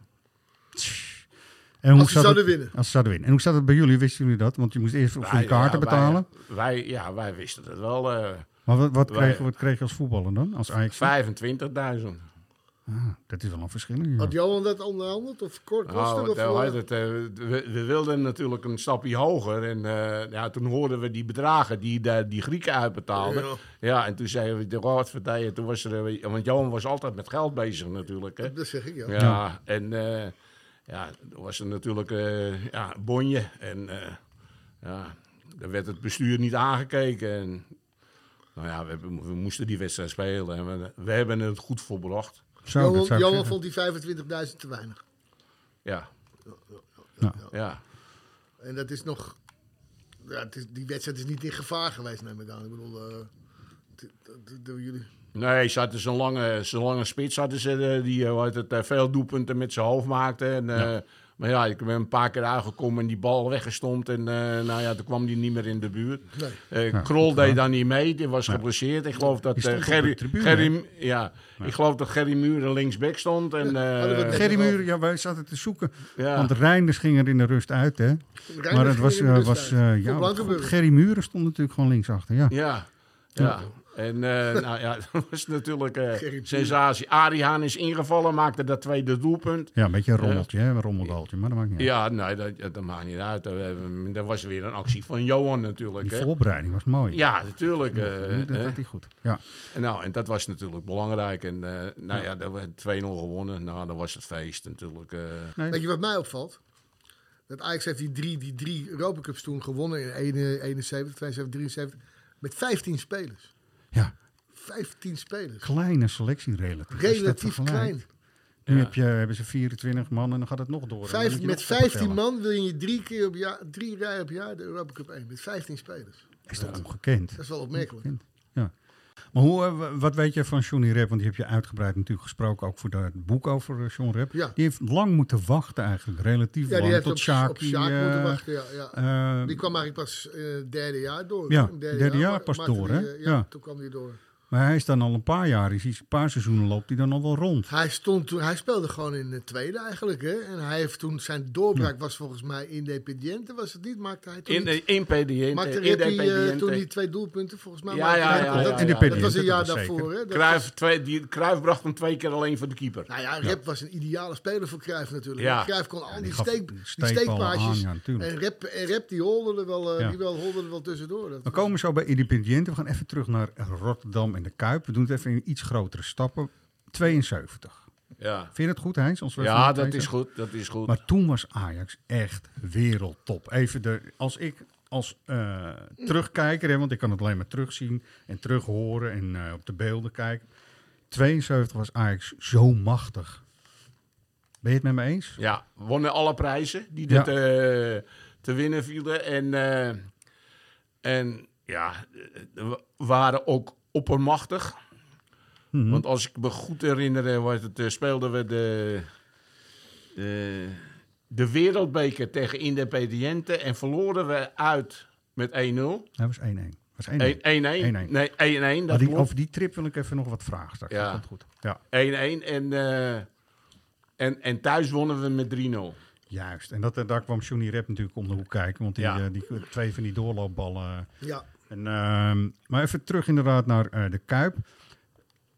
S6: En hoe
S1: Als ze
S6: zat
S1: zouden
S6: het-
S1: winnen.
S6: Als ze zouden winnen. En hoe zat het bij jullie? Wisten jullie dat? Want je moest eerst voor
S7: Wij-
S6: je kaarten
S7: ja, wij- eh,
S6: betalen.
S7: Wij, ja, wij wisten het wel. eh,
S6: Maar wat, wat,
S7: Wij-
S6: kreeg, wat kreeg je als voetballer dan? Als Ajax?
S7: 25.000.
S6: Dat is wel een verschil. ja.
S1: Had Johan dat onderhandeld of kort was
S7: Nou,
S1: het? Of
S7: dat-
S1: eh,
S7: dat, eh, we, we wilden natuurlijk een stapje hoger. En eh, ja, toen hoorden we die bedragen die daar die Grieken uitbetaalden. Ja.
S1: Ja.
S7: en toen zeiden we, de godverdijen, toen was er... eh, Want Johan was altijd met geld bezig natuurlijk, hè.
S1: dat zeg ik, ja.
S7: Ja, en eh, ja, toen was er natuurlijk eh ja, bonje. En eh ja, daar werd het bestuur niet aangekeken. En, nou ja, we, hebben- we moesten die wedstrijd spelen en we, we hebben het goed volbracht.
S6: Zo, dat
S1: Johan,
S6: zou ik
S1: Johan
S6: zeggen.
S1: vond die 25.000 te weinig.
S7: Ja,
S6: Ja.
S7: ja.
S1: En dat is nog... Ja, het is, die wedstrijd is niet in gevaar geweest, neem ik aan. Ik bedoel, eh, het- het- het- door jullie...
S7: Nee, ze hadden zo'n lange, zo'n lange spits hadden ze, eh, die eh, hoe heet het, eh, veel doelpunten met zijn hoofd maakte. En, eh, maar ja, ik ben een paar keer aangekomen en die bal weggestompt. En eh, nou ja, toen kwam die niet meer in de buurt.
S1: Nee.
S7: Eh, Krol deed daar niet mee, die was geblesseerd. Ik geloof dat
S6: Die
S7: eh,
S6: stond op de
S7: Gerry,
S6: tribune,
S7: Gerry, ja, ik geloof dat Gerry Muren linksback stond. En,
S1: hadden we
S7: eh,
S1: het
S6: Gerry Muren, ja, wij zaten te zoeken.
S7: Ja.
S6: Want Reinders ging er in de rust uit, hè. maar het
S1: ging
S6: was,
S1: in de
S6: eh,
S1: rust
S6: was
S1: uit.
S6: eh,
S1: Voor
S6: ja,
S1: Blankenburg.
S6: Gerry Muren stond natuurlijk gewoon linksachter, ja.
S7: ja, ja. En eh, nou ja, dat was natuurlijk eh,
S1: Gerrit Piel.
S7: sensatie. Arie Haan is ingevallen, maakte dat tweede doelpunt.
S6: Ja, een beetje een rommeltje, hè? een rommelgoaltje, maar dat maakt niet uit.
S7: Ja, nee, dat, dat maakt niet uit. Dat, eh, Dat was weer een actie van Johan natuurlijk.
S6: Die
S7: hè.
S6: voorbereiding was mooi.
S7: Ja, natuurlijk. eh,
S6: dat
S7: hè.
S6: had hij goed. Ja.
S7: En Nou, en dat was natuurlijk belangrijk. En eh, nou ja, dat werd 2-0 gewonnen. Nou, dan was het feest natuurlijk. eh.
S1: Weet je wat mij opvalt? Dat Ajax heeft die drie, die drie Europa Cups toen gewonnen in 1, 71, 72, 73. Met 15 spelers.
S6: ja,
S1: 15 spelers.
S6: kleine selectie relatief. Als je dat
S1: Relatief
S6: vergelijkt.
S1: klein.
S6: Nu heb je, hebben ze 24 man en dan gaat het nog door. En dan moet
S1: Vijf,
S6: je
S1: met
S6: nog vertellen.
S1: 15 man wil je drie, keer op jaar, drie rijen op jaar de Europa Cup 1. Met 15 spelers.
S6: Is dat ongekend?
S1: Dat is wel opmerkelijk.
S6: Ja. Maar hoe, eh, wa- wat weet je van Johnny Rep? Want die heb je uitgebreid natuurlijk gesproken, ook voor dat boek over eh, John Rep.
S1: Ja.
S6: Die heeft lang moeten wachten eigenlijk, relatief
S1: Ja, die
S6: lang,
S1: heeft
S6: tot
S1: op,
S6: Sjaak
S1: op
S6: die,
S1: Sjaak
S6: eh,
S1: moeten wachten. Ja, ja.
S6: eh,
S1: Die kwam eigenlijk pas eh derde jaar door.
S6: Ja,
S1: In
S6: derde jaar
S1: ma-
S6: pas
S1: maakte
S6: door,
S1: die,
S6: hè?
S1: eh,
S6: Ja.
S1: ja, toen kwam hij door.
S6: maar hij is dan al een paar jaar, is hij, een paar seizoenen loopt hij dan al wel rond.
S1: Hij, stond toen, hij speelde gewoon in de tweede eigenlijk. Hè? En hij heeft toen zijn doorbraak was volgens mij Independiente, was het niet? Maakte hij toen,
S7: In,
S1: niet,
S7: eh, ingrediënten,
S1: maakte Rip die, eh,
S7: ingrediënten.
S1: toen die twee doelpunten volgens mij.
S7: Ja,
S1: maakte
S7: ja,
S1: hij-
S7: ja, ja,
S1: dat,
S7: ja, ja.
S1: dat was een
S6: Independiente,
S1: jaar
S6: dat was
S1: daarvoor. Hè? Dat
S7: Cruijff,
S1: was-
S7: twee, die, Cruijff bracht hem twee keer alleen voor de keeper.
S1: nou ja, Rep was een ideale speler voor Cruijff natuurlijk.
S7: Ja.
S1: Ja. Cruijff kon al die,
S6: gaf
S1: steek, die
S6: steekballen aan,
S1: steekpaasjes.
S6: ja, natuurlijk.
S1: en, Rep, en Rep die holde er wel, eh,
S6: Ja.
S1: die wel, holde er wel tussendoor. Dat
S6: We komen zo bij Independiente. We gaan even terug naar Rotterdam en de Kuip. We doen het even in iets grotere stappen. 72.
S7: Ja,
S6: Vind je dat goed, Heinz? Als we even
S7: ja
S6: naar
S7: dat
S6: deze-
S7: is goed. Dat is goed.
S6: Maar toen was Ajax echt wereldtop. Even de, als ik als eh, terugkijker, hè, want ik kan het alleen maar terugzien en terughoren en eh, op de beelden kijken. 72 was Ajax zo machtig. Ben je het met me eens?
S7: Ja, wonnen alle prijzen die
S6: Ja.
S7: er te, te winnen vielen. En, eh, en ja, eh, we waren ook oppermachtig.
S6: Mhm.
S7: Want als ik me goed herinner, eh, was het, eh, speelden we de, de, de Wereldbeker tegen Independiente. En verloren we uit met 1-0. 1-1.
S6: Hij was 1-1. Was 1-1. 1-1.
S7: Nee, 1-1.
S6: Maar
S7: Dat
S6: die-
S7: klopt.
S6: over die trip wil ik even nog wat vragen straks. Dat
S7: Ja.
S6: komt goed. Ja,
S7: 1-1. En, eh, en, en thuis wonnen we met 3-0.
S6: juist. En dat, eh, daar kwam Johnny Rep natuurlijk om de hoek kijken. Want die,
S7: Ja.
S6: eh, die, twee van die doorloopballen...
S1: ja.
S6: En, ehm, maar even terug inderdaad naar eh, de Kuip.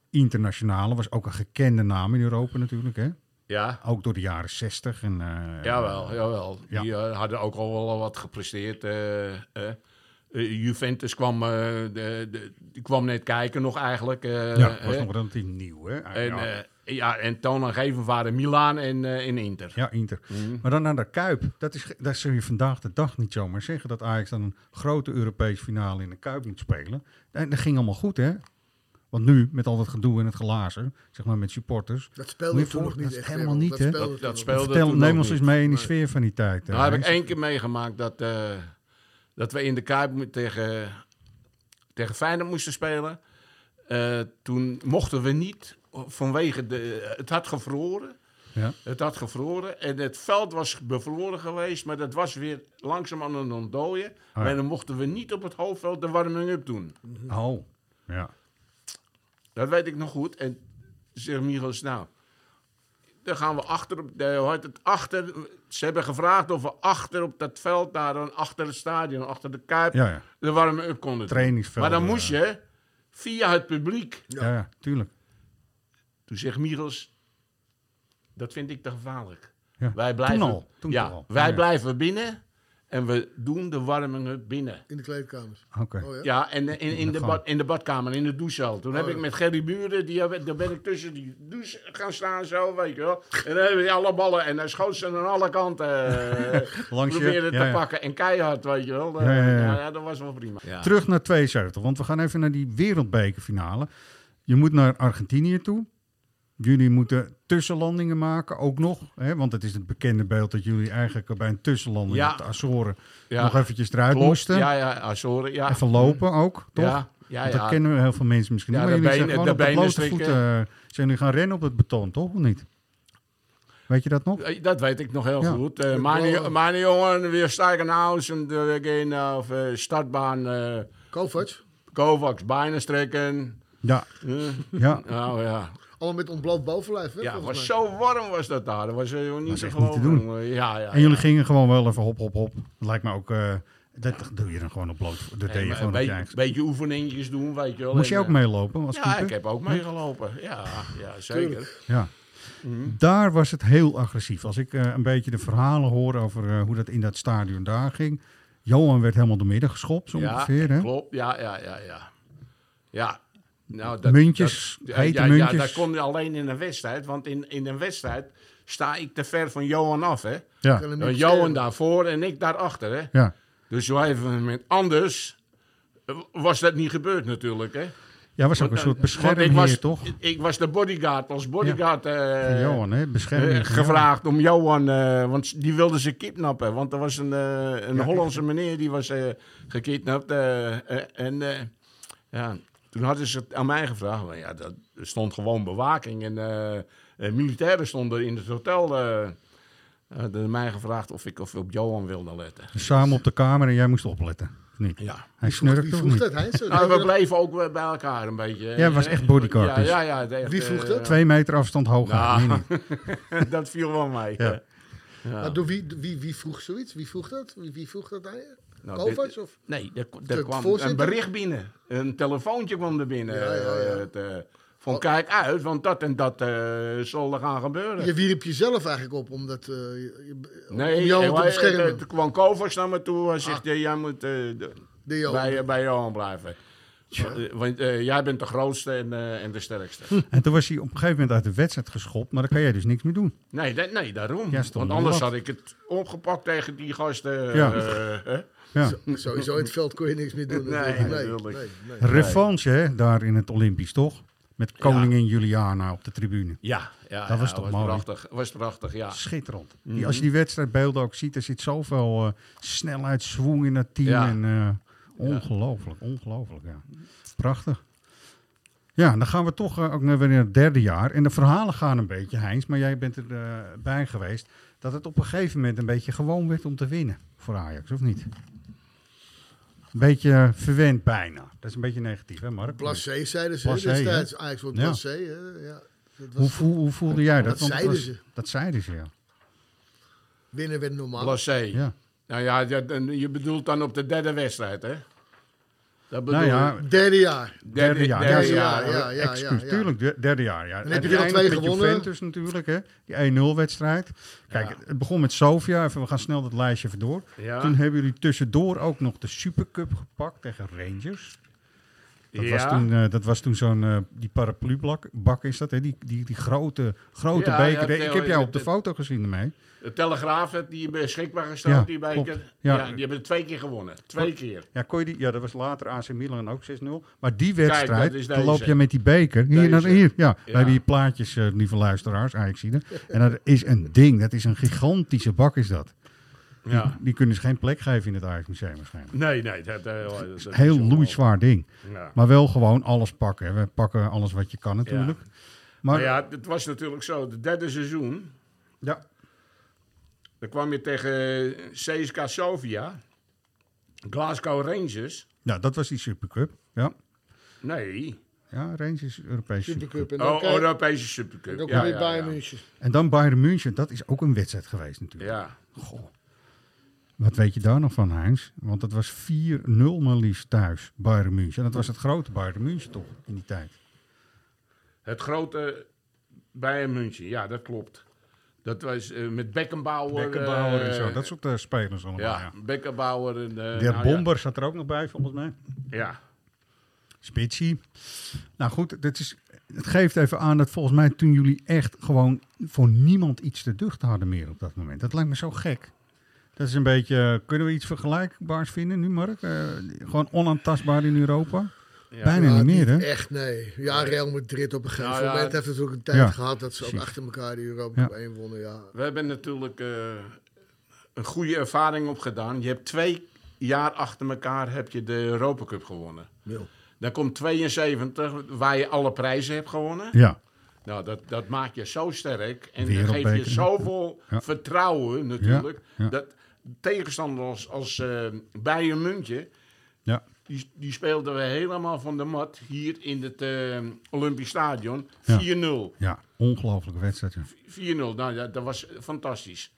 S6: Internationale was ook een gekende naam in Europa natuurlijk. Hè?
S7: Ja.
S6: Ook door de jaren 60. En, eh,
S7: Jawel, jawel.
S6: Ja.
S7: Die eh, hadden ook al wel wat gepresteerd. eh, eh. Eh, Juventus kwam, eh, de, de- die kwam net kijken nog eigenlijk. eh,
S6: ja, was
S7: eh.
S6: nog relatief nieuw. Hè? Ah,
S7: en,
S6: ja,
S7: eh, ja, en toonaangevend waren Milaan en, eh, en Inter.
S6: ja, Inter.
S7: Mhm.
S6: Maar dan naar de Kuip. Dat, is, ge- dat zul je vandaag de dag niet zomaar zeggen. Dat Ajax dan een grote Europese finale in de Kuip moet spelen. En dat ging allemaal goed, hè? Want nu, met al dat gedoe en het gelazer, zeg maar met supporters.
S1: Dat
S6: moet
S1: speelde
S6: je
S1: toen nog
S6: voor-
S1: niet
S6: dat
S1: echt.
S6: Helemaal
S1: hè,
S6: niet,
S1: dat
S6: hè?
S1: speelde
S7: Dat-
S1: toen
S7: dat
S1: nog niet.
S7: speelde
S6: Vertel,
S7: toen nog
S6: neem ons
S7: niet.
S6: eens mee in die sfeer van die tijd. eh,
S7: Nou heb ik
S6: Heinz.
S7: één keer meegemaakt dat, eh, dat we in de Kuip mo- tegen, tegen Feyenoord moesten spelen. Eh, toen mochten we niet vanwege de... Het had gevroren.
S6: Ja.
S7: Het had gevroren en het veld was bevroren geweest, maar dat was weer langzaam aan het ontdooien.
S6: ja.
S7: En dan mochten we niet op het hoofdveld de warming-up doen.
S6: Oh, ja.
S7: Dat weet ik nog goed. En zegt Michels, nou, dan gaan we achter op, de, hoe heet het, achter, ze hebben gevraagd of we achter op dat veld, daar dan achter het stadion, achter de Kuip,
S6: Ja, ja.
S7: de warming-up konden doen.
S6: Trainingsvelden,
S7: Maar dan moest
S6: ja.
S7: je via het publiek.
S6: Ja, ja, tuurlijk.
S7: Toen zegt Michels, dat vind ik te gevaarlijk.
S6: Ja.
S7: Wij blijven,
S6: Toen al. Toen
S7: ja,
S6: toch al.
S7: Wij
S6: Ja.
S7: blijven binnen en we doen de warmingen binnen.
S1: In de kleedkamers.
S6: Oké.
S1: Oh, ja.
S7: Ja, en eh, in, in, de,
S6: gang.
S7: bad, in de badkamer, in de douche al. Toen heb
S1: Oh,
S7: ik
S1: ja.
S7: met Gerry Buren, die, heb- daar ben ik tussen die douche gaan staan zo, weet je wel. En dan hebben we alle ballen en dan schoot ze aan alle kanten. eh,
S6: Langs je-
S7: probeerden te
S6: ja, ja.
S7: pakken en keihard, weet je wel.
S6: Ja,
S7: ja,
S6: ja, ja.
S7: dat was wel prima. Ja.
S6: Terug naar 72, want we gaan even naar die wereldbekerfinale. Je moet naar Argentinië toe. Jullie moeten tussenlandingen maken ook nog. Hè? Want het is het bekende beeld dat jullie eigenlijk bij een tussenlanding
S7: Ja.
S6: op de Azoren
S7: Ja.
S6: nog eventjes eruit
S7: Klopt.
S6: moesten.
S7: Ja, ja, Azoren, ja.
S6: Even lopen ook, toch?
S7: Ja, ja,
S6: Want dat
S7: ja.
S6: kennen we heel veel mensen misschien
S7: Ja,
S6: niet. Maar
S7: de
S6: jullie zijn
S7: benen-
S6: gewoon
S7: de
S6: op de
S7: benen
S6: blote
S7: strikken.
S6: voeten... Zijn jullie gaan rennen op het beton, toch? Of niet? Weet je dat nog?
S7: Eh, Dat weet ik nog heel
S6: Ja.
S7: goed. Eh mijn,
S1: ballen.
S7: mijn jongen, weer stijgen huis en we gaan naar eh, startbaan eh
S1: Kovacs,
S7: Kovacs, bijna strekken.
S6: Ja,
S7: Eh,
S6: ja.
S7: nou ja,
S1: allemaal met ontbloot bovenlijf. Hè,
S7: ja het
S1: volgens
S7: was
S1: mij.
S7: zo warm was dat daar. Dat was eh, niet
S6: Was
S7: te
S6: echt niet te
S7: geloven.
S6: doen.
S7: jongen. Ja, ja,
S6: En jullie
S7: ja.
S6: gingen gewoon wel even hop, hop, hop. Dat lijkt me ook eh, Dat doe je dan gewoon op bloot. Dat deed
S7: Een
S6: je gewoon op je
S7: beetje,
S6: eigen-
S7: beetje oefeningetjes doen, weet je wel.
S6: Moest je
S7: En,
S6: ook
S7: eh,
S6: meelopen als
S7: Ja,
S6: keeper?
S7: ik heb ook meegelopen. Ja, ja zeker.
S6: Ja.
S7: Mhm.
S6: Daar was het heel agressief. Als ik eh, een beetje de verhalen hoor over eh, hoe dat in dat stadion daar ging. Johan werd helemaal door midden geschopt, zo
S7: Ja,
S6: ongeveer. Hè?
S7: klopt. Ja, ja, ja, ja. Ja. Nou, dat,
S6: Muntjes,
S7: dat,
S6: hete
S7: ja,
S6: muntjes.
S7: Ja, dat kon alleen in een wedstrijd. Want in, in een wedstrijd sta ik te ver van Johan af, hè.
S6: Ja.
S1: Kan hem niet
S7: Want Johan
S1: beschermen.
S7: daarvoor en ik daarachter, hè.
S6: Ja.
S7: Dus zo even met anders eh, was dat niet gebeurd natuurlijk, hè.
S6: ja, was ook een soort
S7: Want, eh, want ik
S6: bescherming
S7: was-
S6: hier, toch?
S7: Ik was de bodyguard, als bodyguard eh,
S6: Van Johan, hè?
S7: eh,
S6: Bescherming. van
S7: gevraagd om Johan, eh, want die wilden ze kidnappen. Want er was een, eh, een Hollandse meneer die was eh, gekidnapt. eh, eh, en eh, ja, toen hadden ze het aan mij gevraagd. Maar ja, dat, er stond gewoon bewaking. En eh, eh, militairen stonden in het hotel. eh eh, hadden mij gevraagd of ik of ik op Johan wilde letten.
S6: Johan. Samen op de kamer en jij moest opletten. of Niet.
S7: Ja.
S6: Hij
S1: Wie
S6: snurkt toch
S1: vroeg
S6: niet?
S1: dat, Heinz?
S7: Nou, we bleven ook wel bij elkaar een beetje. eh,
S6: Jij was echt bodyguard,
S7: Ja,
S6: dus.
S7: ja, ja, echt,
S1: Wie vroeg
S7: eh,
S1: dat?
S6: Twee meter afstand hoger.
S7: Nou.
S6: Nee, niet.
S7: dat viel wel mee.
S6: Ja.
S7: eh.
S1: Maar door Nou, wie, wie, wie vroeg zoiets? Wie vroeg dat? Wie, wie vroeg dat aan je?
S7: Nou,
S1: Kovacs?
S7: dit-
S1: of?
S7: Nee, er, er
S1: De
S7: kwam een
S1: voorzitter?
S7: bericht binnen. Een telefoontje kwam er binnen.
S1: Ja, ja, ja. Oh.
S7: eh, het, eh, van kijk uit, want dat en dat eh, zal er gaan gebeuren.
S1: Je wierp jezelf eigenlijk op omdat, eh, je- je-
S7: nee,
S1: om Johan
S7: eh,
S1: te
S7: eh,
S1: beschermen. Ah.
S7: eh, Toen kwam Kovers naar me toe en zegt, eh, jij moet eh, de-
S1: De Johan.
S7: bij, eh, bij Johan blijven. Eh, Want eh, jij bent de grootste en, eh, en de sterkste.
S1: Hm.
S6: En toen was hij op een gegeven moment uit de wedstrijd geschopt, maar dan kan jij dus niks meer doen.
S7: Nee, da- nee daarom.
S6: Ja, stond
S7: Want
S6: er
S7: anders
S6: wat.
S7: had ik het opgepakt tegen die gasten.
S6: Ja.
S7: eh, hè?
S6: Ja.
S1: Sowieso in het veld kon je niks meer doen.
S7: Nee,
S1: natuurlijk.
S7: natuurlijk.
S1: nee, nee.
S6: Revanche, hè, daar in het Olympisch, toch? Met koningin Juliana op de tribune.
S7: ja, ja,
S6: Dat was
S7: ja,
S6: toch mooi.
S7: Prachtig, was prachtig, ja.
S6: Schitterend.
S7: Mhm.
S6: Die, als je die wedstrijdbeelden ook ziet, er zit zoveel eh snelheid, zwoeng in dat team.
S7: Ja.
S6: En, eh, ongelooflijk, ongelooflijk. Ja. Prachtig. Ja, dan gaan we toch eh, ook naar weer in het derde jaar. En de verhalen gaan een beetje, Heinz, maar jij bent erbij bij geweest. Dat het op een gegeven moment een beetje gewoon werd om te winnen voor Ajax, of niet? Een beetje eh, verwend bijna. Dat is een beetje negatief, hè Mark?
S1: Blasé zeiden ze
S6: Blasé,
S1: destijds. Ajax wordt
S6: Ja.
S1: blasé. Hè? Ja. Dat was,
S6: Hoe, voel- hoe voelde jij dat?
S1: Dat
S6: Want het
S1: zeiden
S6: was-
S1: ze.
S6: Dat zeiden ze, ja.
S1: winnen werd normaal.
S7: Blasé.
S6: ja.
S7: Nou ja, dat- en je bedoelt dan op de derde wedstrijd, hè? Dat bedoel
S6: Nou ja,
S7: ik.
S1: Derde jaar.
S6: derde jaar.
S7: derde
S1: Ja,
S7: jaar.
S1: ja, ja.
S6: Excuus,
S1: ja.
S6: tuurlijk, de- derde jaar. Ja.
S1: Dan heb je
S6: En
S1: er al twee
S6: met
S1: gewonnen.
S6: Juventus natuurlijk, hè? die 1-0-wedstrijd. Kijk, het begon met Sofia. Even, we gaan snel dat lijstje even door.
S7: Ja.
S6: Toen hebben jullie tussendoor ook nog de Supercup gepakt tegen Rangers. Dat,
S7: Ja.
S6: was toen, eh, dat was toen zo'n eh, die paraplublak bak is dat, hè? Die, die, die grote, grote
S7: Ja, ja,
S6: beker. Ik
S7: Theo,
S6: heb jou
S7: het-
S6: op de
S7: het-
S6: foto gezien ermee.
S7: De Telegraaf heeft die beschikbaar gesteld,
S6: Ja,
S7: die beker.
S6: klopt. Ja. Oh.
S7: Ja. die hebben twee keer gewonnen. Twee keer.
S6: Ja, kon je die, ja, dat was later AC Milan ook 6-0. Maar die
S7: Kijk,
S6: wedstrijd,
S7: dat is
S6: dan
S7: deze.
S6: loop je met die beker. Hier naar
S7: Deze.
S6: hier. Ja, we
S7: Ja.
S6: hebben hier plaatjes, eh, lieve luisteraars, Ajaxiden. En dat is een ding. Dat is een gigantische bak, is dat.
S7: Ja.
S6: Die kunnen ze geen plek geven in het Ajax Museum waarschijnlijk.
S7: Nee, nee. Dat, eh, dat is
S6: Heel
S7: zo-
S6: loeizwaar ding.
S7: Ja.
S6: Maar wel gewoon alles pakken. hè. We pakken alles wat je kan natuurlijk. Maar
S7: Maar Nou ja, het was natuurlijk zo. De derde seizoen,
S6: ja,
S7: dan kwam je tegen eh, CSK Sofia, Glasgow Rangers.
S6: ja, dat was die Supercup. Ja,
S7: Nee,
S6: ja Rangers Europese Supercup.
S1: Supercup. En dan
S7: oh,
S1: kijk-
S7: Europese Supercup.
S1: en dan
S7: Ja,
S1: kom je
S7: ja,
S1: bij
S7: ja.
S1: München.
S6: En dan Bayern München. Dat is ook een wedstrijd geweest natuurlijk.
S7: Ja,
S6: Goh. Wat weet je daar nog van, Heinz? Want dat was 4-0 maar liefst thuis, Bayern München. En dat was het grote Bayern München toch, in die tijd.
S7: Het grote Bayern München, ja, dat klopt. Dat was eh, met Beckenbauer.
S6: Beckenbauer en
S7: eh,
S6: zo, dat soort eh, spelers allemaal. Ja.
S7: Ja, Beckenbauer en... eh,
S6: Der
S7: nou
S6: Bomber zat er ook nog bij, volgens mij.
S7: Ja, ja.
S6: Spitsie. Nou goed, dit is, het geeft even aan dat volgens mij toen jullie echt gewoon voor niemand iets te duchten hadden meer op dat moment. Dat lijkt me zo gek. Dat is een beetje, eh, kunnen we iets vergelijkbaars vinden nu, Mark? Eh, gewoon onaantastbaar in Europa? Bijna
S1: Ja,
S6: niet meer, hè?
S1: Echt, nee. Ja, Real Madrid op een gegeven
S7: Nou ja,
S1: moment heeft natuurlijk een tijd
S6: Ja,
S1: gehad dat ze ook
S6: precies.
S1: achter elkaar de Europa
S6: Ja.
S1: Cup 1 wonnen. Ja.
S7: We hebben natuurlijk eh, een goede ervaring opgedaan. Je hebt twee jaar achter elkaar heb je de Europa Cup gewonnen.
S1: Ja.
S7: Dan komt 72, waar je alle prijzen hebt gewonnen.
S6: Ja,
S7: Nou, dat, dat maakt je zo sterk. En dat
S6: Wereldbeker.
S7: geeft je zoveel
S6: Ja.
S7: vertrouwen natuurlijk.
S6: Ja, ja.
S7: Dat tegenstander als, als eh Bayern München...
S6: ja.
S7: Die, die speelden we helemaal van de mat hier in het eh, Olympisch Stadion. 4-0. 4-0,
S6: Ja. Ja, ongelooflijke wedstrijd. ja.
S7: nou ja, dat was fantastisch.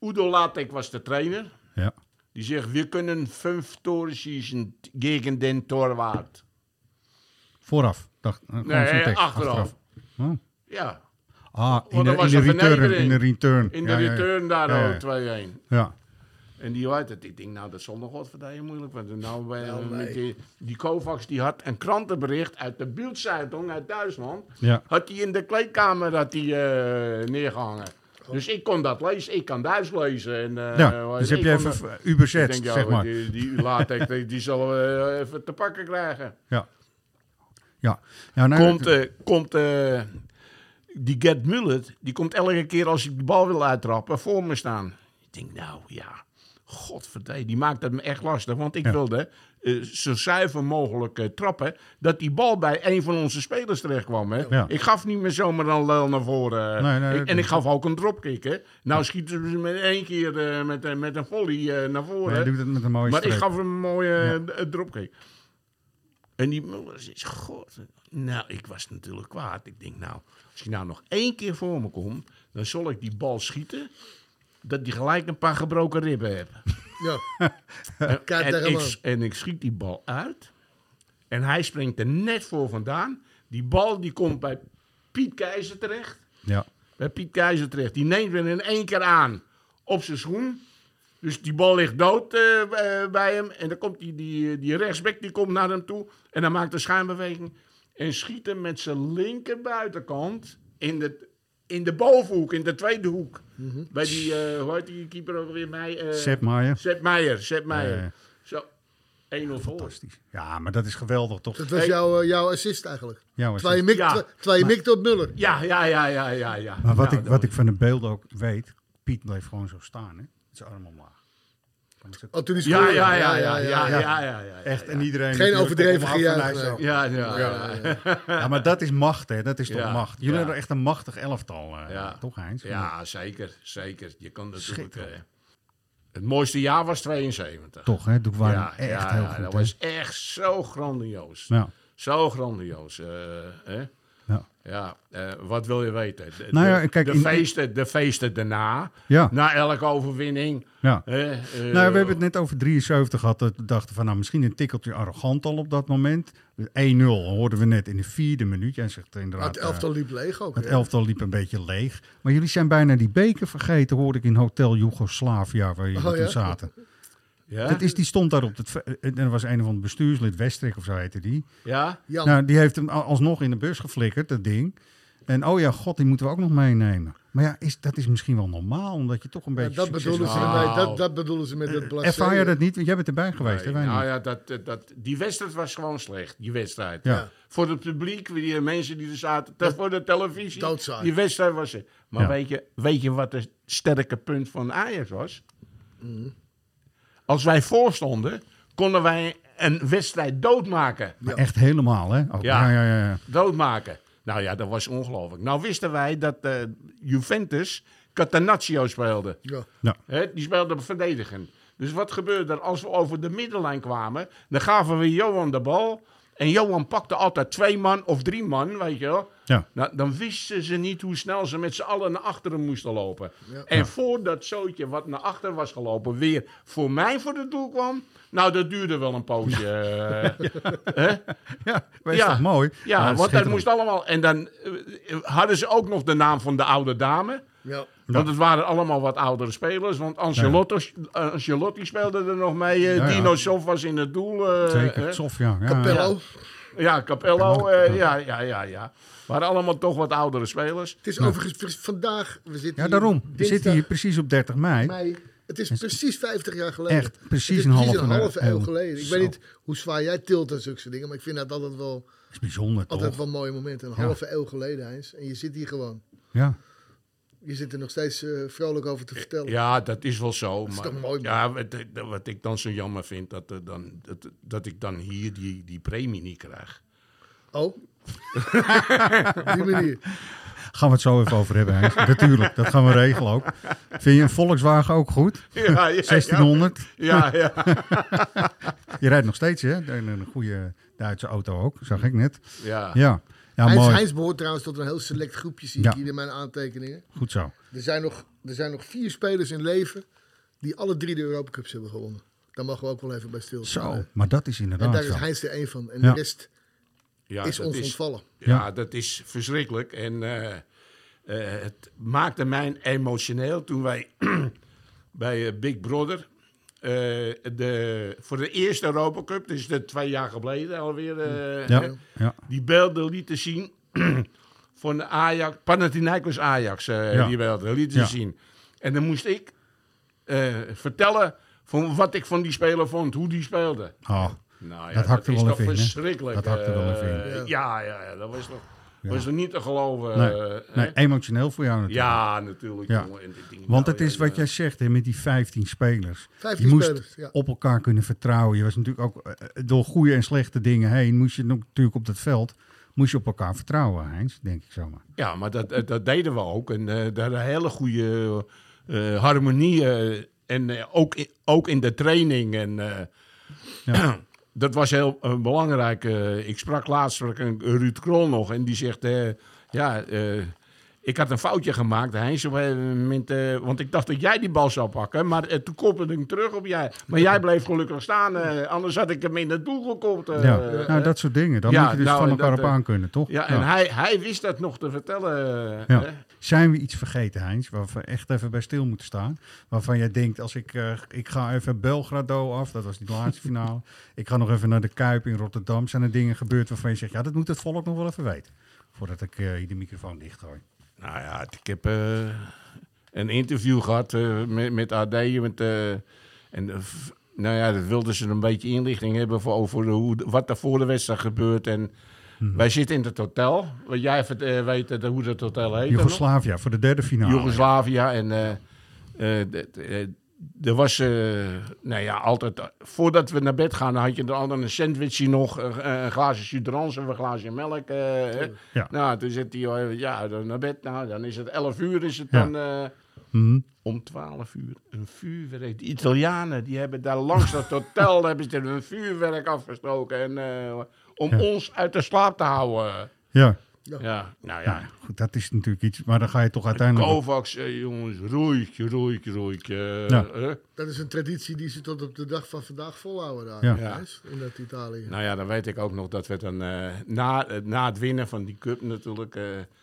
S7: Udo Latek was de trainer.
S6: Ja,
S7: Die zegt, we kunnen vijf toren schießen tegen den Torwart.
S6: Vooraf. Dacht, eh, gewoon
S7: Nee,
S6: zo'n tekst,
S7: achteraf.
S6: Oh.
S7: Ja,
S6: Ah, in
S7: dat
S6: de, in
S7: was
S6: de
S7: een
S6: return.
S7: vernedering.
S6: In de return.
S7: in de
S6: Ja, ja, ja.
S7: return daar
S6: Ja,
S7: al
S6: ja.
S7: 2-1.
S6: Ja.
S7: En die had het. Ik denk, nou, dat zal nog wat verdijen moeilijk. Want nou, bij, met die, die Kovacs die had een krantenbericht uit de Bildzeitung uit Duitsland.
S6: Ja.
S7: Had hij in de kleedkamer had die, eh, neergehangen. Dus ik kon dat lezen. Ik kan Duits lezen. En, eh,
S6: Ja,
S7: wat-
S6: dus heb
S7: ik
S6: je
S7: kon
S6: even
S7: dat-
S6: eh, übersetst,
S7: Ik denk, ja,
S6: zeg maar.
S7: Die, die latex, die, die zullen we eh, even te pakken krijgen.
S6: Ja. Ja. ja nou,
S7: Komt, eh, komt eh, die Gerd Mullet, die komt elke keer als ik de bal wil uittrappen voor me staan. Ik denk, nou ja, godverdij, die maakt het me echt lastig. Want ik
S6: Ja.
S7: wilde eh, zo zuiver mogelijk eh, trappen, dat die bal bij een van onze spelers terecht kwam. Hè.
S6: Ja.
S7: Ik gaf niet meer zomaar een lel naar voren.
S6: Nee, nee,
S7: Ik-
S6: dat-
S7: en ik gaf ook een dropkick. Hè. Nou schieten ze met één keer eh, met, een- met een volley eh, naar voren.
S6: hij doet het met een mooie
S7: Maar ik
S6: streep.
S7: gaf hem een mooie eh, dropkick. En die Muller is god. Nou, ik was natuurlijk kwaad. Ik denk, nou, als hij nou nog één keer voor me komt, dan zal ik die bal schieten. Dat die gelijk een paar gebroken ribben heeft.
S1: Ja. Kijk
S7: En,
S1: tegen
S7: ik,
S1: hem
S7: s- en ik schiet die bal uit. En hij springt er net voor vandaan. Die bal die komt bij Piet Keizer terecht
S6: Ja.
S7: bij Piet Keizer terecht. Die neemt hem in één keer aan op zijn schoen. Dus die bal ligt dood eh, eh, bij hem. En dan komt die, die, die rechtsback die komt naar hem toe. En dan maakt een schuimbeweging. En schiet hem met zijn linker buitenkant in de, in de bovenhoek, in de tweede hoek. Bij die, eh, hoe heet die keeper ook weer? Mij, eh,
S6: Sepp Maier.
S7: Sepp Meijer. Sepp Meijer.
S6: Ja, ja.
S7: Zo, 1-0 voor.
S6: Fantastisch. Ja, maar dat is geweldig, toch?
S1: Dat was
S7: Hey.
S1: jouw, eh, jouw assist eigenlijk.
S6: Jouw
S1: Terwijl je
S6: assist.
S1: mikt,
S7: Ja.
S1: terwijl- terwijl je mikt op Muller.
S7: Ja, ja, ja, ja, ja. ja.
S6: Maar wat,
S7: Nou,
S6: ik,
S7: dat-
S6: wat ik van de beelden ook weet, Piet bleef gewoon zo staan, hè? Met zijn arm omlaag.
S1: Oh, toen is het
S7: Ja,
S1: geworden.
S7: ja, ja, ja, ja,
S6: ja.
S7: ja, ja, ja, ja.
S6: Echt, en iedereen...
S1: Geen
S6: natuurlijk
S1: overdreven
S6: tegen hem af en
S1: gejuich,
S6: hij zo.
S7: Ja, ja, ja.
S6: Ja, maar dat is macht, hè? Dat is toch
S7: Ja,
S6: macht? Jullie
S7: ja.
S6: hebben echt een machtig elftal, eh,
S7: Ja.
S6: toch, Heinz?
S7: Ja, zeker. Zeker. Je kan natuurlijk...
S6: Schitterend.
S7: eh, het mooiste jaar was 72.
S6: Toch, hè? Doe waren
S7: ja,
S6: echt
S7: ja,
S6: heel
S7: ja,
S6: goed,
S7: dat
S6: hè?
S7: was echt zo grandioos.
S6: Nou,
S7: Zo grandioos. eh, hè?
S6: Ja.
S7: Ja, eh, wat wil je weten? De,
S6: Nou ja,
S7: de-
S6: kijk,
S7: de,
S6: in-
S7: feesten, de feesten daarna,
S6: Ja.
S7: na elke overwinning.
S6: ja.
S7: hè, eh,
S6: Nou, we hebben het net over 73 gehad. Dat we dachten van, nou, misschien een tikkeltje arrogant al op dat moment. 1-0 hoorden we net in de vierde minuut. Jij zegt
S1: Maar
S6: inderdaad... eh,
S1: het elftal liep leeg ook.
S6: Het
S1: hè.
S6: elftal liep een beetje leeg. Maar jullie zijn bijna die beker vergeten, hoorde ik in Hotel Joegoslavia, waar jullie
S1: Oh,
S6: toen
S1: ja?
S6: zaten.
S7: ja?
S6: Dat is, die stond daar op het... ve- eh, Er was een van het bestuurslid, Westrik of zo heette die.
S7: ja?
S1: Jan,
S6: Nou, die heeft hem al- alsnog in de bus geflikkerd, dat ding. En oh ja, god, die moeten we ook nog meenemen. Maar ja, is, dat is misschien wel normaal, omdat je toch een beetje...
S1: eh, dat,
S6: succes- Ah.
S1: bedoelen ze
S7: Nou.
S1: met, dat, dat bedoelen ze met het blasé.
S6: Eh, Ervaar je dat niet? Want jij bent erbij geweest,
S7: Nee,
S6: hè? Wij
S7: nou
S6: niet.
S7: ja, dat, dat- dat, die wedstrijd was gewoon slecht, die wedstrijd.
S6: Ja.
S7: Voor het publiek, voor die mensen die er zaten, te- voor de televisie.
S1: doodzaai.
S7: Die wedstrijd was er. Maar
S6: Ja.
S7: weet, je, weet je wat het sterke punt van Ajax was? Als wij voorstonden, konden wij een wedstrijd doodmaken.
S6: Maar echt helemaal, hè? Ook- ja.
S7: Ja.
S6: Ja, ja, ja.
S7: Doodmaken. Nou ja, dat was ongelooflijk. Nou wisten wij dat eh, Juventus Catanaccio speelde.
S1: Ja.
S6: Nou,
S7: Hè, die speelde verdedigend. Dus wat gebeurde er als we over de middenlijn kwamen? Dan gaven we Johan de bal. En Johan pakte altijd twee man of drie man, weet je wel.
S6: Ja.
S7: Nou, dan wisten ze niet hoe snel ze met z'n allen naar achteren moesten lopen. En voordat zootje wat naar achter was gelopen weer voor mij voor de doel kwam. Nou, dat duurde wel een poosje. eh.
S6: Ja, wees
S7: Ja.
S6: toch mooi? Ah,
S7: Ja, want dat
S6: schitterend.
S7: moest allemaal. En dan eh, hadden ze ook nog de naam van de oude dame.
S6: Ah,
S1: Ja.
S7: Want het waren allemaal wat oudere spelers. Want Ancelotto, eh, Ancelotti speelde er nog mee. eh,
S6: Ja, ja.
S7: Dino Sof was in het doel. eh,
S6: Zeker,
S7: eh,
S6: Sof, ja. ja, ja.
S1: Capello.
S7: Ja, Capello. eh, ja, ja, ja, ja. Waren allemaal toch wat oudere spelers.
S1: Het is overigens pres- vandaag. We zitten
S6: Nou. Ja, daarom.
S1: Hier,
S6: We zitten hier precies op 30 mei.
S1: mei. Het is precies 50 jaar geleden.
S6: Echt, precies
S1: Het is
S6: een halve
S1: een halve
S6: eeuw.
S1: eeuw geleden. Ik
S6: Zo.
S1: weet niet hoe zwaar jij tilt en zulke soort dingen, maar ik vind dat altijd wel,
S6: Dat is bijzonder,
S1: altijd
S6: toch?
S1: wel mooie momenten. Een halve eeuw geleden, Heinz. En je zit hier gewoon.
S6: Ja.
S1: Je zit er nog steeds eh, vrolijk over te vertellen.
S7: Ja, dat is wel zo. maar,
S1: toch mooi, man?
S7: ja, wat, eh, wat ik dan zo jammer vind, dat, er dan, dat, dat ik dan hier die, die premie niet krijg.
S1: Oh. Op die manier.
S6: Gaan we het zo even over hebben, Heinz. Natuurlijk, dat gaan we regelen ook. Vind je een Volkswagen ook goed?
S7: Ja, ja, ja.
S6: 1600.
S7: Ja, ja.
S6: Je rijdt nog steeds, hè? Een, een goede Duitse auto ook, zag ik net.
S7: ja.
S6: Ja, ja
S1: Heinz,
S6: mooi.
S1: Heinz behoort trouwens tot een heel select groepje, zie
S6: Ja.
S1: ik hier in mijn aantekeningen.
S6: Goed zo.
S1: Er zijn nog, er zijn nog vier spelers in leven die alle drie de Europa Cups hebben gewonnen. Daar mogen we ook wel even bij stilstaan.
S6: Zo, Eh, maar dat is inderdaad
S1: En daar is
S6: zo.
S1: Heinz er één van. En
S6: Ja.
S1: de rest
S7: Ja,
S1: is
S7: dat
S1: ons ontvallen.
S7: Ja, dat is verschrikkelijk. En eh, eh, het maakte mij emotioneel toen wij bij eh, Big Brother. eh, de, voor de eerste Europa Cup, dus dat twee jaar geleden alweer. eh,
S6: Ja,
S7: hè,
S6: ja.
S7: Die beelden lieten zien van de Ajax, Panathinaikos Ajax. eh,
S6: Ja.
S7: Die beelden lieten
S6: Ja.
S7: zien. En dan moest ik eh, vertellen van wat ik van die speler vond, hoe die speelde.
S6: Oh,
S7: Nou ja,
S6: Dat hakte
S7: is
S6: wel
S7: toch
S6: even in, hè?
S7: verschrikkelijk.
S6: Dat hakte wel even
S7: eh,
S1: in.
S7: Ja, ja, ja, dat was nog, was nog niet te geloven.
S6: nee.
S7: eh,
S6: nee,
S7: hè?
S6: emotioneel voor jou natuurlijk.
S7: Ja, natuurlijk.
S6: Ja.
S7: jongen, en dit ding,
S6: Want
S7: nou,
S6: het is
S7: ja,
S6: wat jij zegt hè, met die 15 spelers.
S1: 15
S6: je moest
S1: spelers, ja.
S6: op elkaar kunnen vertrouwen. Je was natuurlijk ook eh, door goede en slechte dingen heen. Moest je natuurlijk op dat veld moest je op elkaar vertrouwen, Heinz, denk ik zomaar.
S7: Ja, maar dat, eh, dat deden we ook. En eh, daar een hele goede eh, harmonie. eh, en eh, ook, in, ook in de training. En, eh, dat was heel eh, belangrijk. Eh, ik sprak laatst sprak een Ruud Krol nog. En die zegt, eh, ja, eh, ik had een foutje gemaakt, Heinz. op een moment, eh, want ik dacht dat jij die bal zou pakken. Maar eh, toen koppelde ik hem terug op jij. Maar jij bleef gelukkig staan. eh, anders had ik hem in het doel gekopt. eh,
S6: ja.
S7: eh,
S6: nou, dat soort dingen. Dan
S7: ja,
S6: moet je dus
S7: nou,
S6: van
S7: en
S6: elkaar
S7: dat,
S6: op
S7: eh,
S6: aan kunnen, toch?
S7: ja, en Hij, hij wist dat nog te vertellen. eh,
S6: Ja.
S7: hè.
S6: Zijn we iets vergeten, Heinz, waar we echt even bij stil moeten staan? Waarvan jij denkt, als ik, eh, ik ga even Belgrado af, dat was die laatste finale. Ik ga nog even naar de Kuip in Rotterdam. Zijn er dingen gebeurd waarvan je zegt, ja, dat moet het volk nog wel even weten. Voordat ik eh, hier de microfoon dichtgooi.
S7: Nou ja, ik heb eh, een interview gehad eh, met, met AD. Met, eh, en, eh, f- nou ja, dat wilden ze een beetje inlichting hebben voor, over hoe, wat er voor de wedstrijd gebeurt. En wij zitten in het hotel. Want jij vert- eh, weet het, hoe dat hotel heet. dan nog?
S6: Joegoslavië voor de derde finale.
S7: Joegoslavië. En eh, eh, d- eh, er was, eh, nou ja, altijd. voordat we naar bed gaan, dan had je dan altijd een sandwichje nog. eh, eh, Een glaasje sudrans of een glaasje melk. eh, hè.
S6: Ja.
S7: Nou, toen zit hij al, ja, dan naar bed. Nou, dan is het 11 uur, is het
S6: Ja.
S7: dan. eh,
S6: Mhm.
S7: om 12 uur een vuurwerk. De Italianen die hebben daar langs dat hotel hebben ze een vuurwerk afgestoken. En, eh, om
S6: Ja.
S7: ons uit de slaap te houden.
S6: ja.
S7: Ja, nou ja.
S6: Ja, goed, dat is natuurlijk iets. Maar dan ga je toch uiteindelijk...
S7: Kovacs, eh, jongens, roeitje, roeitje, roeitje. eh,
S6: Ja.
S7: eh.
S1: Dat is een traditie die ze tot op de dag van vandaag volhouden daar.
S6: Ja.
S1: Ja. in dat Italië.
S7: Nou ja, dan weet ik ook nog dat we dan eh, na, eh, na het winnen van die cup natuurlijk... eh,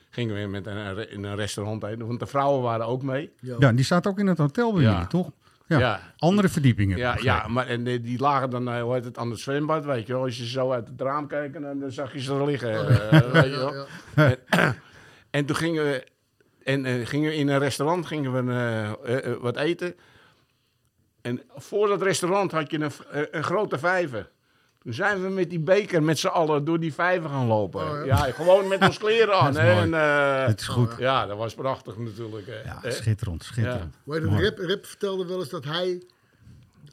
S7: gingen we met een, re- in een restaurant eten. Want de vrouwen waren ook mee.
S6: Ja, die staat ook in het hotel bij
S7: Ja.
S6: jullie, toch? Ja.
S7: Ja.
S6: Andere verdiepingen.
S7: Ja,
S6: begrijp
S7: ja
S6: ik.
S7: maar en, eh, die lagen dan, eh, hoe heet het, aan het zwembad, weet je wel. Als je zo uit het raam kijkt, dan, dan zag je ze er liggen,
S6: Oh.
S7: eh, weet je wel.
S1: Ja,
S7: En toen gingen we, en, eh, gingen we in een restaurant gingen we, eh, eh, eh, wat eten. En voor dat restaurant had je een, v- eh, een grote vijver. Toen zijn we met die beker met z'n allen door die vijver gaan lopen.
S1: Oh,
S7: ja. gewoon met ons kleren aan.
S6: Dat is
S7: hè.
S6: mooi.
S7: En, eh,
S6: Het is goed.
S7: Ja, dat was prachtig natuurlijk. eh.
S6: Ja,
S7: Eh,
S6: schitterend, schitterend.
S1: Hoe heet het?
S6: Mooi.
S1: Rip, Rip vertelde wel eens dat hij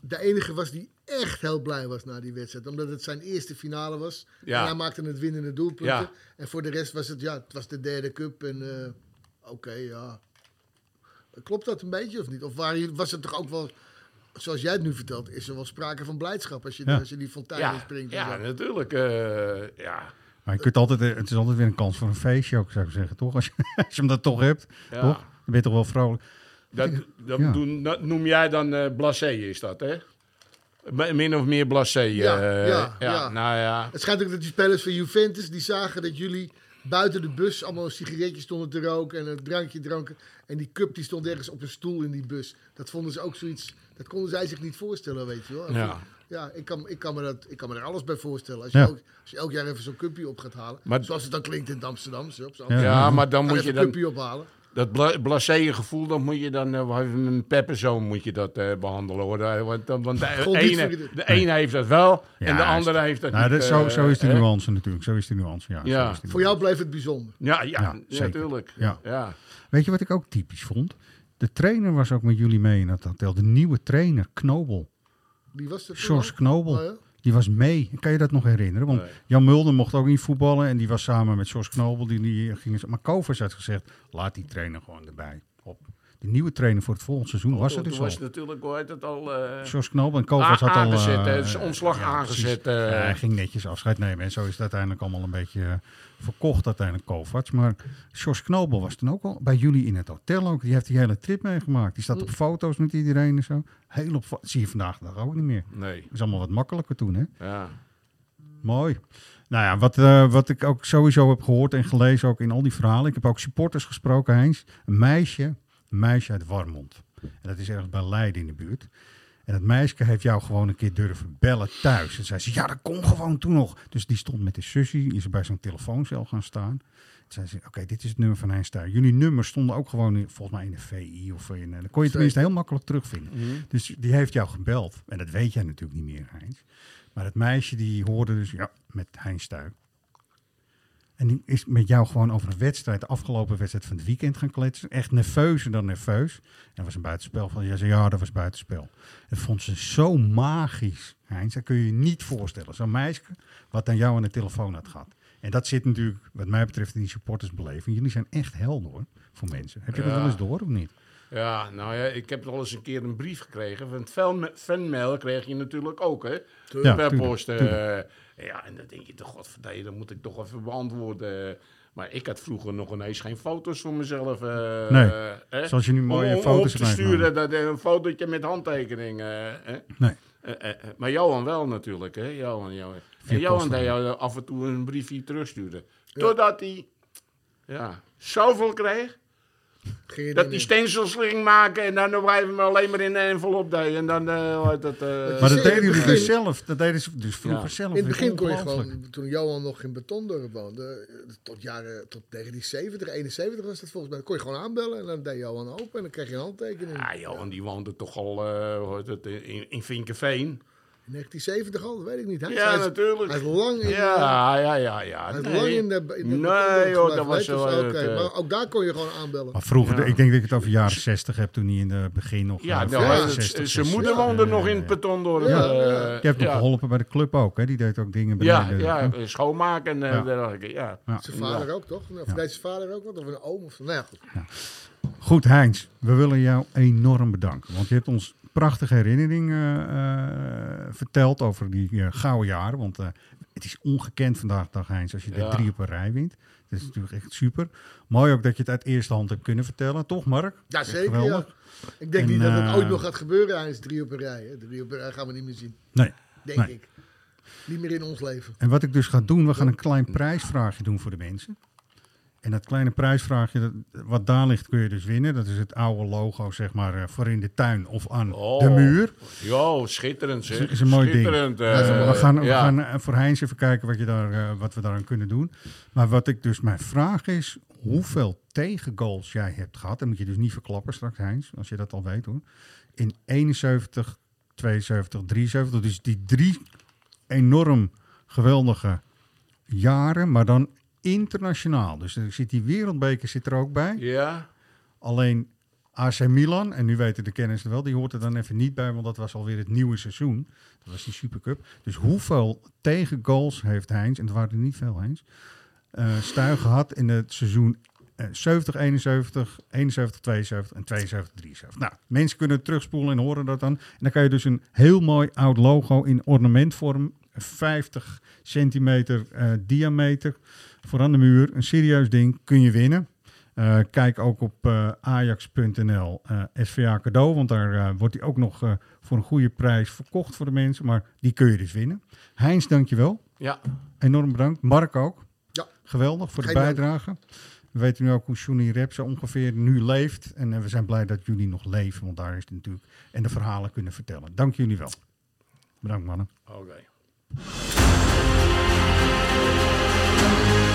S1: de enige was die echt heel blij was na die wedstrijd. Omdat het zijn eerste finale was.
S7: Ja.
S1: En hij maakte het winnende doelpunten.
S7: Ja.
S1: En voor de rest was het, ja, het was de derde cup. En eh, oké, ja. Klopt dat een beetje of niet? Of waren- was het toch ook wel, zoals jij het nu vertelt, is er wel sprake van blijdschap als je,
S6: Ja.
S1: als je die fontein
S7: ja,
S1: inspringt? en
S7: ja,
S1: zo.
S7: natuurlijk. eh, ja.
S6: Maar je kunt altijd, eh, het is altijd weer een kans voor een feestje ook, zou ik zeggen, toch? Als je, als je hem dat toch hebt,
S7: Ja.
S6: toch? Dan ben je toch wel vrolijk.
S7: Dat, dat,
S6: Ja.
S7: doen- dat noem jij dan eh blasé, is dat, hè? Mi- Min of meer blasé.
S1: Ja,
S7: eh,
S1: ja, ja.
S7: Nou ja.
S1: Het schijnt ook dat die spelers van Juventus die zagen dat jullie buiten de bus allemaal een sigaretje stonden te roken en een drankje dronken. En die cup die stond ergens op een stoel in die bus. Dat vonden ze ook zoiets. Dat konden zij zich niet voorstellen, weet je wel.
S7: Ja.
S1: Ja, ik kan, ik, kan me dat, ik kan me er alles bij voorstellen. Als je,
S6: Ja.
S1: elk, als je elk jaar even zo'n cupje op gaat halen.
S7: Maar-
S1: zoals het dan klinkt in het Amsterdamse. Op zo'n
S6: Ja.
S7: Ja, maar dan
S1: Ga
S7: moet je
S1: even
S7: dan,
S1: cupje ophalen.
S7: dat bla, blasé gevoel, dan moet je dan, eh, wat heeft een pepperzoon moet je dat eh, behandelen hoor. Eh, Want, dan- want de,
S1: Gold niet
S7: ene,
S1: voor-
S7: de ene heeft dat wel en de
S6: Ja,
S7: andere
S6: is-
S7: heeft dat
S6: nou,
S7: niet.
S6: dat- zo,
S7: eh,
S6: zo is de
S7: hè?
S6: nuance natuurlijk. Zo is de nuance, ja.
S7: Ja.
S6: Zo is de
S1: Voor jou bleef het bijzonder.
S7: Ja, ja,
S6: Ja, zeker.
S7: natuurlijk.
S6: Ja.
S7: Ja.
S6: Weet je wat ik ook typisch vond? De trainer was ook met jullie mee in dat hotel. De nieuwe trainer, Knobel.
S1: Wie was dat? toen
S6: George
S1: al?
S6: Knobel.
S1: Oh ja?
S6: Die was mee. Kan je dat nog herinneren? Want Jan Mulder mocht ook niet voetballen. En die was samen met George Knobel. Die, die ging, maar Kovers had gezegd, laat die trainer gewoon erbij. Op. de nieuwe trainer voor het volgende seizoen was
S7: Oh, Toen
S6: het dus
S7: was
S6: al.
S7: natuurlijk, hoe heet het al? eh,
S6: George Knobel en Kovac had al...
S7: aangezet,
S6: eh,
S7: hè, het is ontslag aangezet,
S6: precies.
S7: eh.
S6: Ja, hij ging netjes afscheid nemen. En zo is het uiteindelijk allemaal een beetje eh, verkocht, uiteindelijk Kovac. Maar George Knobel was toen ook al bij jullie in het hotel ook. Die heeft die hele trip meegemaakt. Die
S7: Mm.
S6: staat op foto's met iedereen en zo. Heel op... Zie je vandaag de dag ook niet meer.
S7: Nee.
S6: Dat is allemaal wat makkelijker toen, hè?
S7: Ja.
S6: Mooi. Nou ja, wat, eh, wat ik ook sowieso heb gehoord en gelezen, ook in al die verhalen. Ik heb ook supporters gesproken, Heinz. Een meisje, een meisje uit Warmond. En dat is ergens bij Leiden in de buurt. En dat meisje heeft jou gewoon een keer durven bellen thuis. En zei ze, ja, dat kon gewoon toen nog. Dus die stond met de sussie, is bij zo'n telefooncel gaan staan. Toen zei ze, oké, dit is het nummer van Heinz Stuy. Jullie nummers stonden ook gewoon, in, volgens mij, in de VI of in... eh, Dan kon je het tenminste heel makkelijk terugvinden. Dus die heeft jou gebeld. En dat weet jij natuurlijk niet meer, Heinz. Maar het meisje die hoorde dus, ja, met Heinz Stuy. En die is met jou gewoon over een wedstrijd, de afgelopen wedstrijd van het weekend gaan kletsen. Echt nerveuzer dan nerveus. En dat was een buitenspel van, jij zei ja, dat was buitenspel. Dat vond ze zo magisch, Heinz. Dat kun je je niet voorstellen. Zo'n meisje wat aan jou aan de telefoon had gehad. En dat zit natuurlijk, wat mij betreft, in die supportersbeleving. Jullie zijn echt helder hoor, voor mensen. Heb je dat
S7: Ja.
S6: wel eens door of niet?
S7: Ja, nou ja, ik heb al eens een keer een brief gekregen. Van het fan- fanmail kreeg je natuurlijk ook, hè? per
S6: tuurlijk,
S7: post. eh, ja, en dan denk je, de godverdomme, dat moet ik toch even beantwoorden. Maar ik had vroeger nog ineens geen foto's voor mezelf. eh,
S6: Nee,
S7: hè?
S6: zoals je nu mooie
S7: Om- om
S6: foto's
S7: op te
S6: hebt
S7: sturen, dat, eh, een fotootje met handtekening. eh, hè?
S6: Nee.
S7: Eh, eh, eh, maar Johan wel natuurlijk, hè? Johan, Johan.
S6: Via
S7: En Johan
S6: post
S7: deed jou af en toe een briefje terugsturen. Totdat hij ja, zoveel kreeg.
S1: Ging
S7: Dat
S1: je dan
S7: die
S1: in?
S7: stencils ging maken en dan blijven we alleen maar in een envelop delen. En dan eh, hoe heet dat... eh,
S6: Maar dat
S1: Zeker
S6: deden jullie
S1: begin.
S6: dus zelf. Dat deden ze dus vroeger
S7: Ja.
S6: zelf.
S1: In het begin kon je
S6: Ongelooflijk.
S1: gewoon, toen Johan nog in Betondorp woonde, eh, tot, jaren, tot 1970, 71 was dat volgens mij, kon je gewoon aanbellen en dan deed Johan open en dan kreeg je een handtekening.
S7: ja, Johan die woonde toch al eh, hoe heet het, in, in Vinkenveen.
S1: 1970 al, dat weet ik niet. Hij,
S7: Ja,
S1: hij is-
S7: natuurlijk.
S1: Hij is lang in, eh,
S7: Ja, ja, ja, ja.
S1: hij is
S7: Nee.
S1: lang in de, in de Betondorp
S7: nee, joh, dat
S1: gebleven,
S7: was
S1: weet je
S7: zo.
S1: wel.
S7: eh,
S1: Oké,
S7: eh,
S1: Maar ook daar kon je gewoon aanbellen.
S6: Maar vroeger, ik denk dat ik het over jaren 60 heb, toen hij in het begin nog...
S7: Ja,
S6: eh,
S7: nou,
S1: ja,
S7: eh,
S6: 65,
S7: zijn moeder woonde nog in het beton door.
S1: Ja,
S7: eh,
S1: ja.
S6: Je hebt hem
S7: ja.
S6: geholpen bij de club ook, hè? Die deed ook dingen bij
S7: Ja,
S6: de...
S7: ja, schoonmaken en eh,
S6: Ja.
S7: dergelijke. Ja.
S1: Zijn vader ook, toch? Of deed zijn vader ook wat? Of een oom? Of, nou ja, goed.
S6: Goed, Heinz, we willen jou enorm bedanken. Want je hebt ons prachtige herinneringen eh, eh, verteld over die eh, gouden jaren. Want eh, het is ongekend vandaag de dag, Heinz, als je er
S7: Ja.
S6: drie op een rij wint. Dat is natuurlijk echt super. Mooi ook dat je het uit eerste hand hebt kunnen vertellen, toch Mark?
S1: Ja,
S6: Echt
S1: zeker. Ja.
S6: geweldig.
S1: Ik denk
S6: En,
S1: niet dat het
S6: eh,
S1: ooit nog gaat gebeuren. Hij is drie op een rij. Hè. Drie op een rij gaan we niet meer zien,
S6: Nee.
S1: denk
S6: Nee.
S1: ik. Niet meer in ons leven.
S6: En wat ik dus ga doen, we gaan een klein prijsvraagje doen voor de mensen. En dat kleine prijsvraagje, dat, wat daar ligt, kun je dus winnen. Dat is het oude logo, zeg maar, eh, voor in de tuin of aan
S7: Oh.
S6: de muur.
S7: Jo, schitterend zeg.
S6: Is, is een mooi ding.
S7: schitterend, eh,
S6: we gaan, we
S7: ja.
S6: gaan eh, voor Heinz even kijken wat, je daar, eh, wat we daaraan kunnen doen. Maar wat ik dus, mijn vraag is, hoeveel tegengoals jij hebt gehad? Dat moet je dus niet verklappen straks, Heinz, als je dat al weet hoor. In 71, 72, 73. Dus die drie enorm geweldige jaren, maar dan internationaal. Dus er zit die wereldbeker zit er ook bij.
S7: ja.
S6: Alleen AC Milan, en nu weten de kennis er wel, die hoort er dan even niet bij, want dat was alweer het nieuwe seizoen. Dat was die Supercup. Dus hoeveel tegengoals heeft Heinz, en het waren er niet veel Heinz, eh stuig gehad in het seizoen eh, 70, 71, 71, 72 en 72, 73. Nou, mensen kunnen het terugspoelen en horen dat dan. En dan kan je dus een heel mooi oud logo in ornamentvorm, 50 centimeter eh, diameter, voor aan de muur, een serieus ding, kun je winnen. Eh, kijk ook op eh, ajax.nl eh, SVA cadeau, want daar eh, wordt die ook nog eh, voor een goede prijs verkocht voor de mensen. Maar die kun je dus winnen. Heinz, dankjewel.
S7: ja.
S6: Enorm bedankt. Mark ook.
S1: Ja.
S6: Geweldig voor de
S1: Geen dank.
S6: bijdrage. We weten nu ook hoe Johnny Rep zo ongeveer nu leeft. En eh, we zijn blij dat jullie nog leven, want daar is het natuurlijk. En de verhalen kunnen vertellen. Dank jullie wel. Bedankt mannen.
S7: Oké.
S2: Een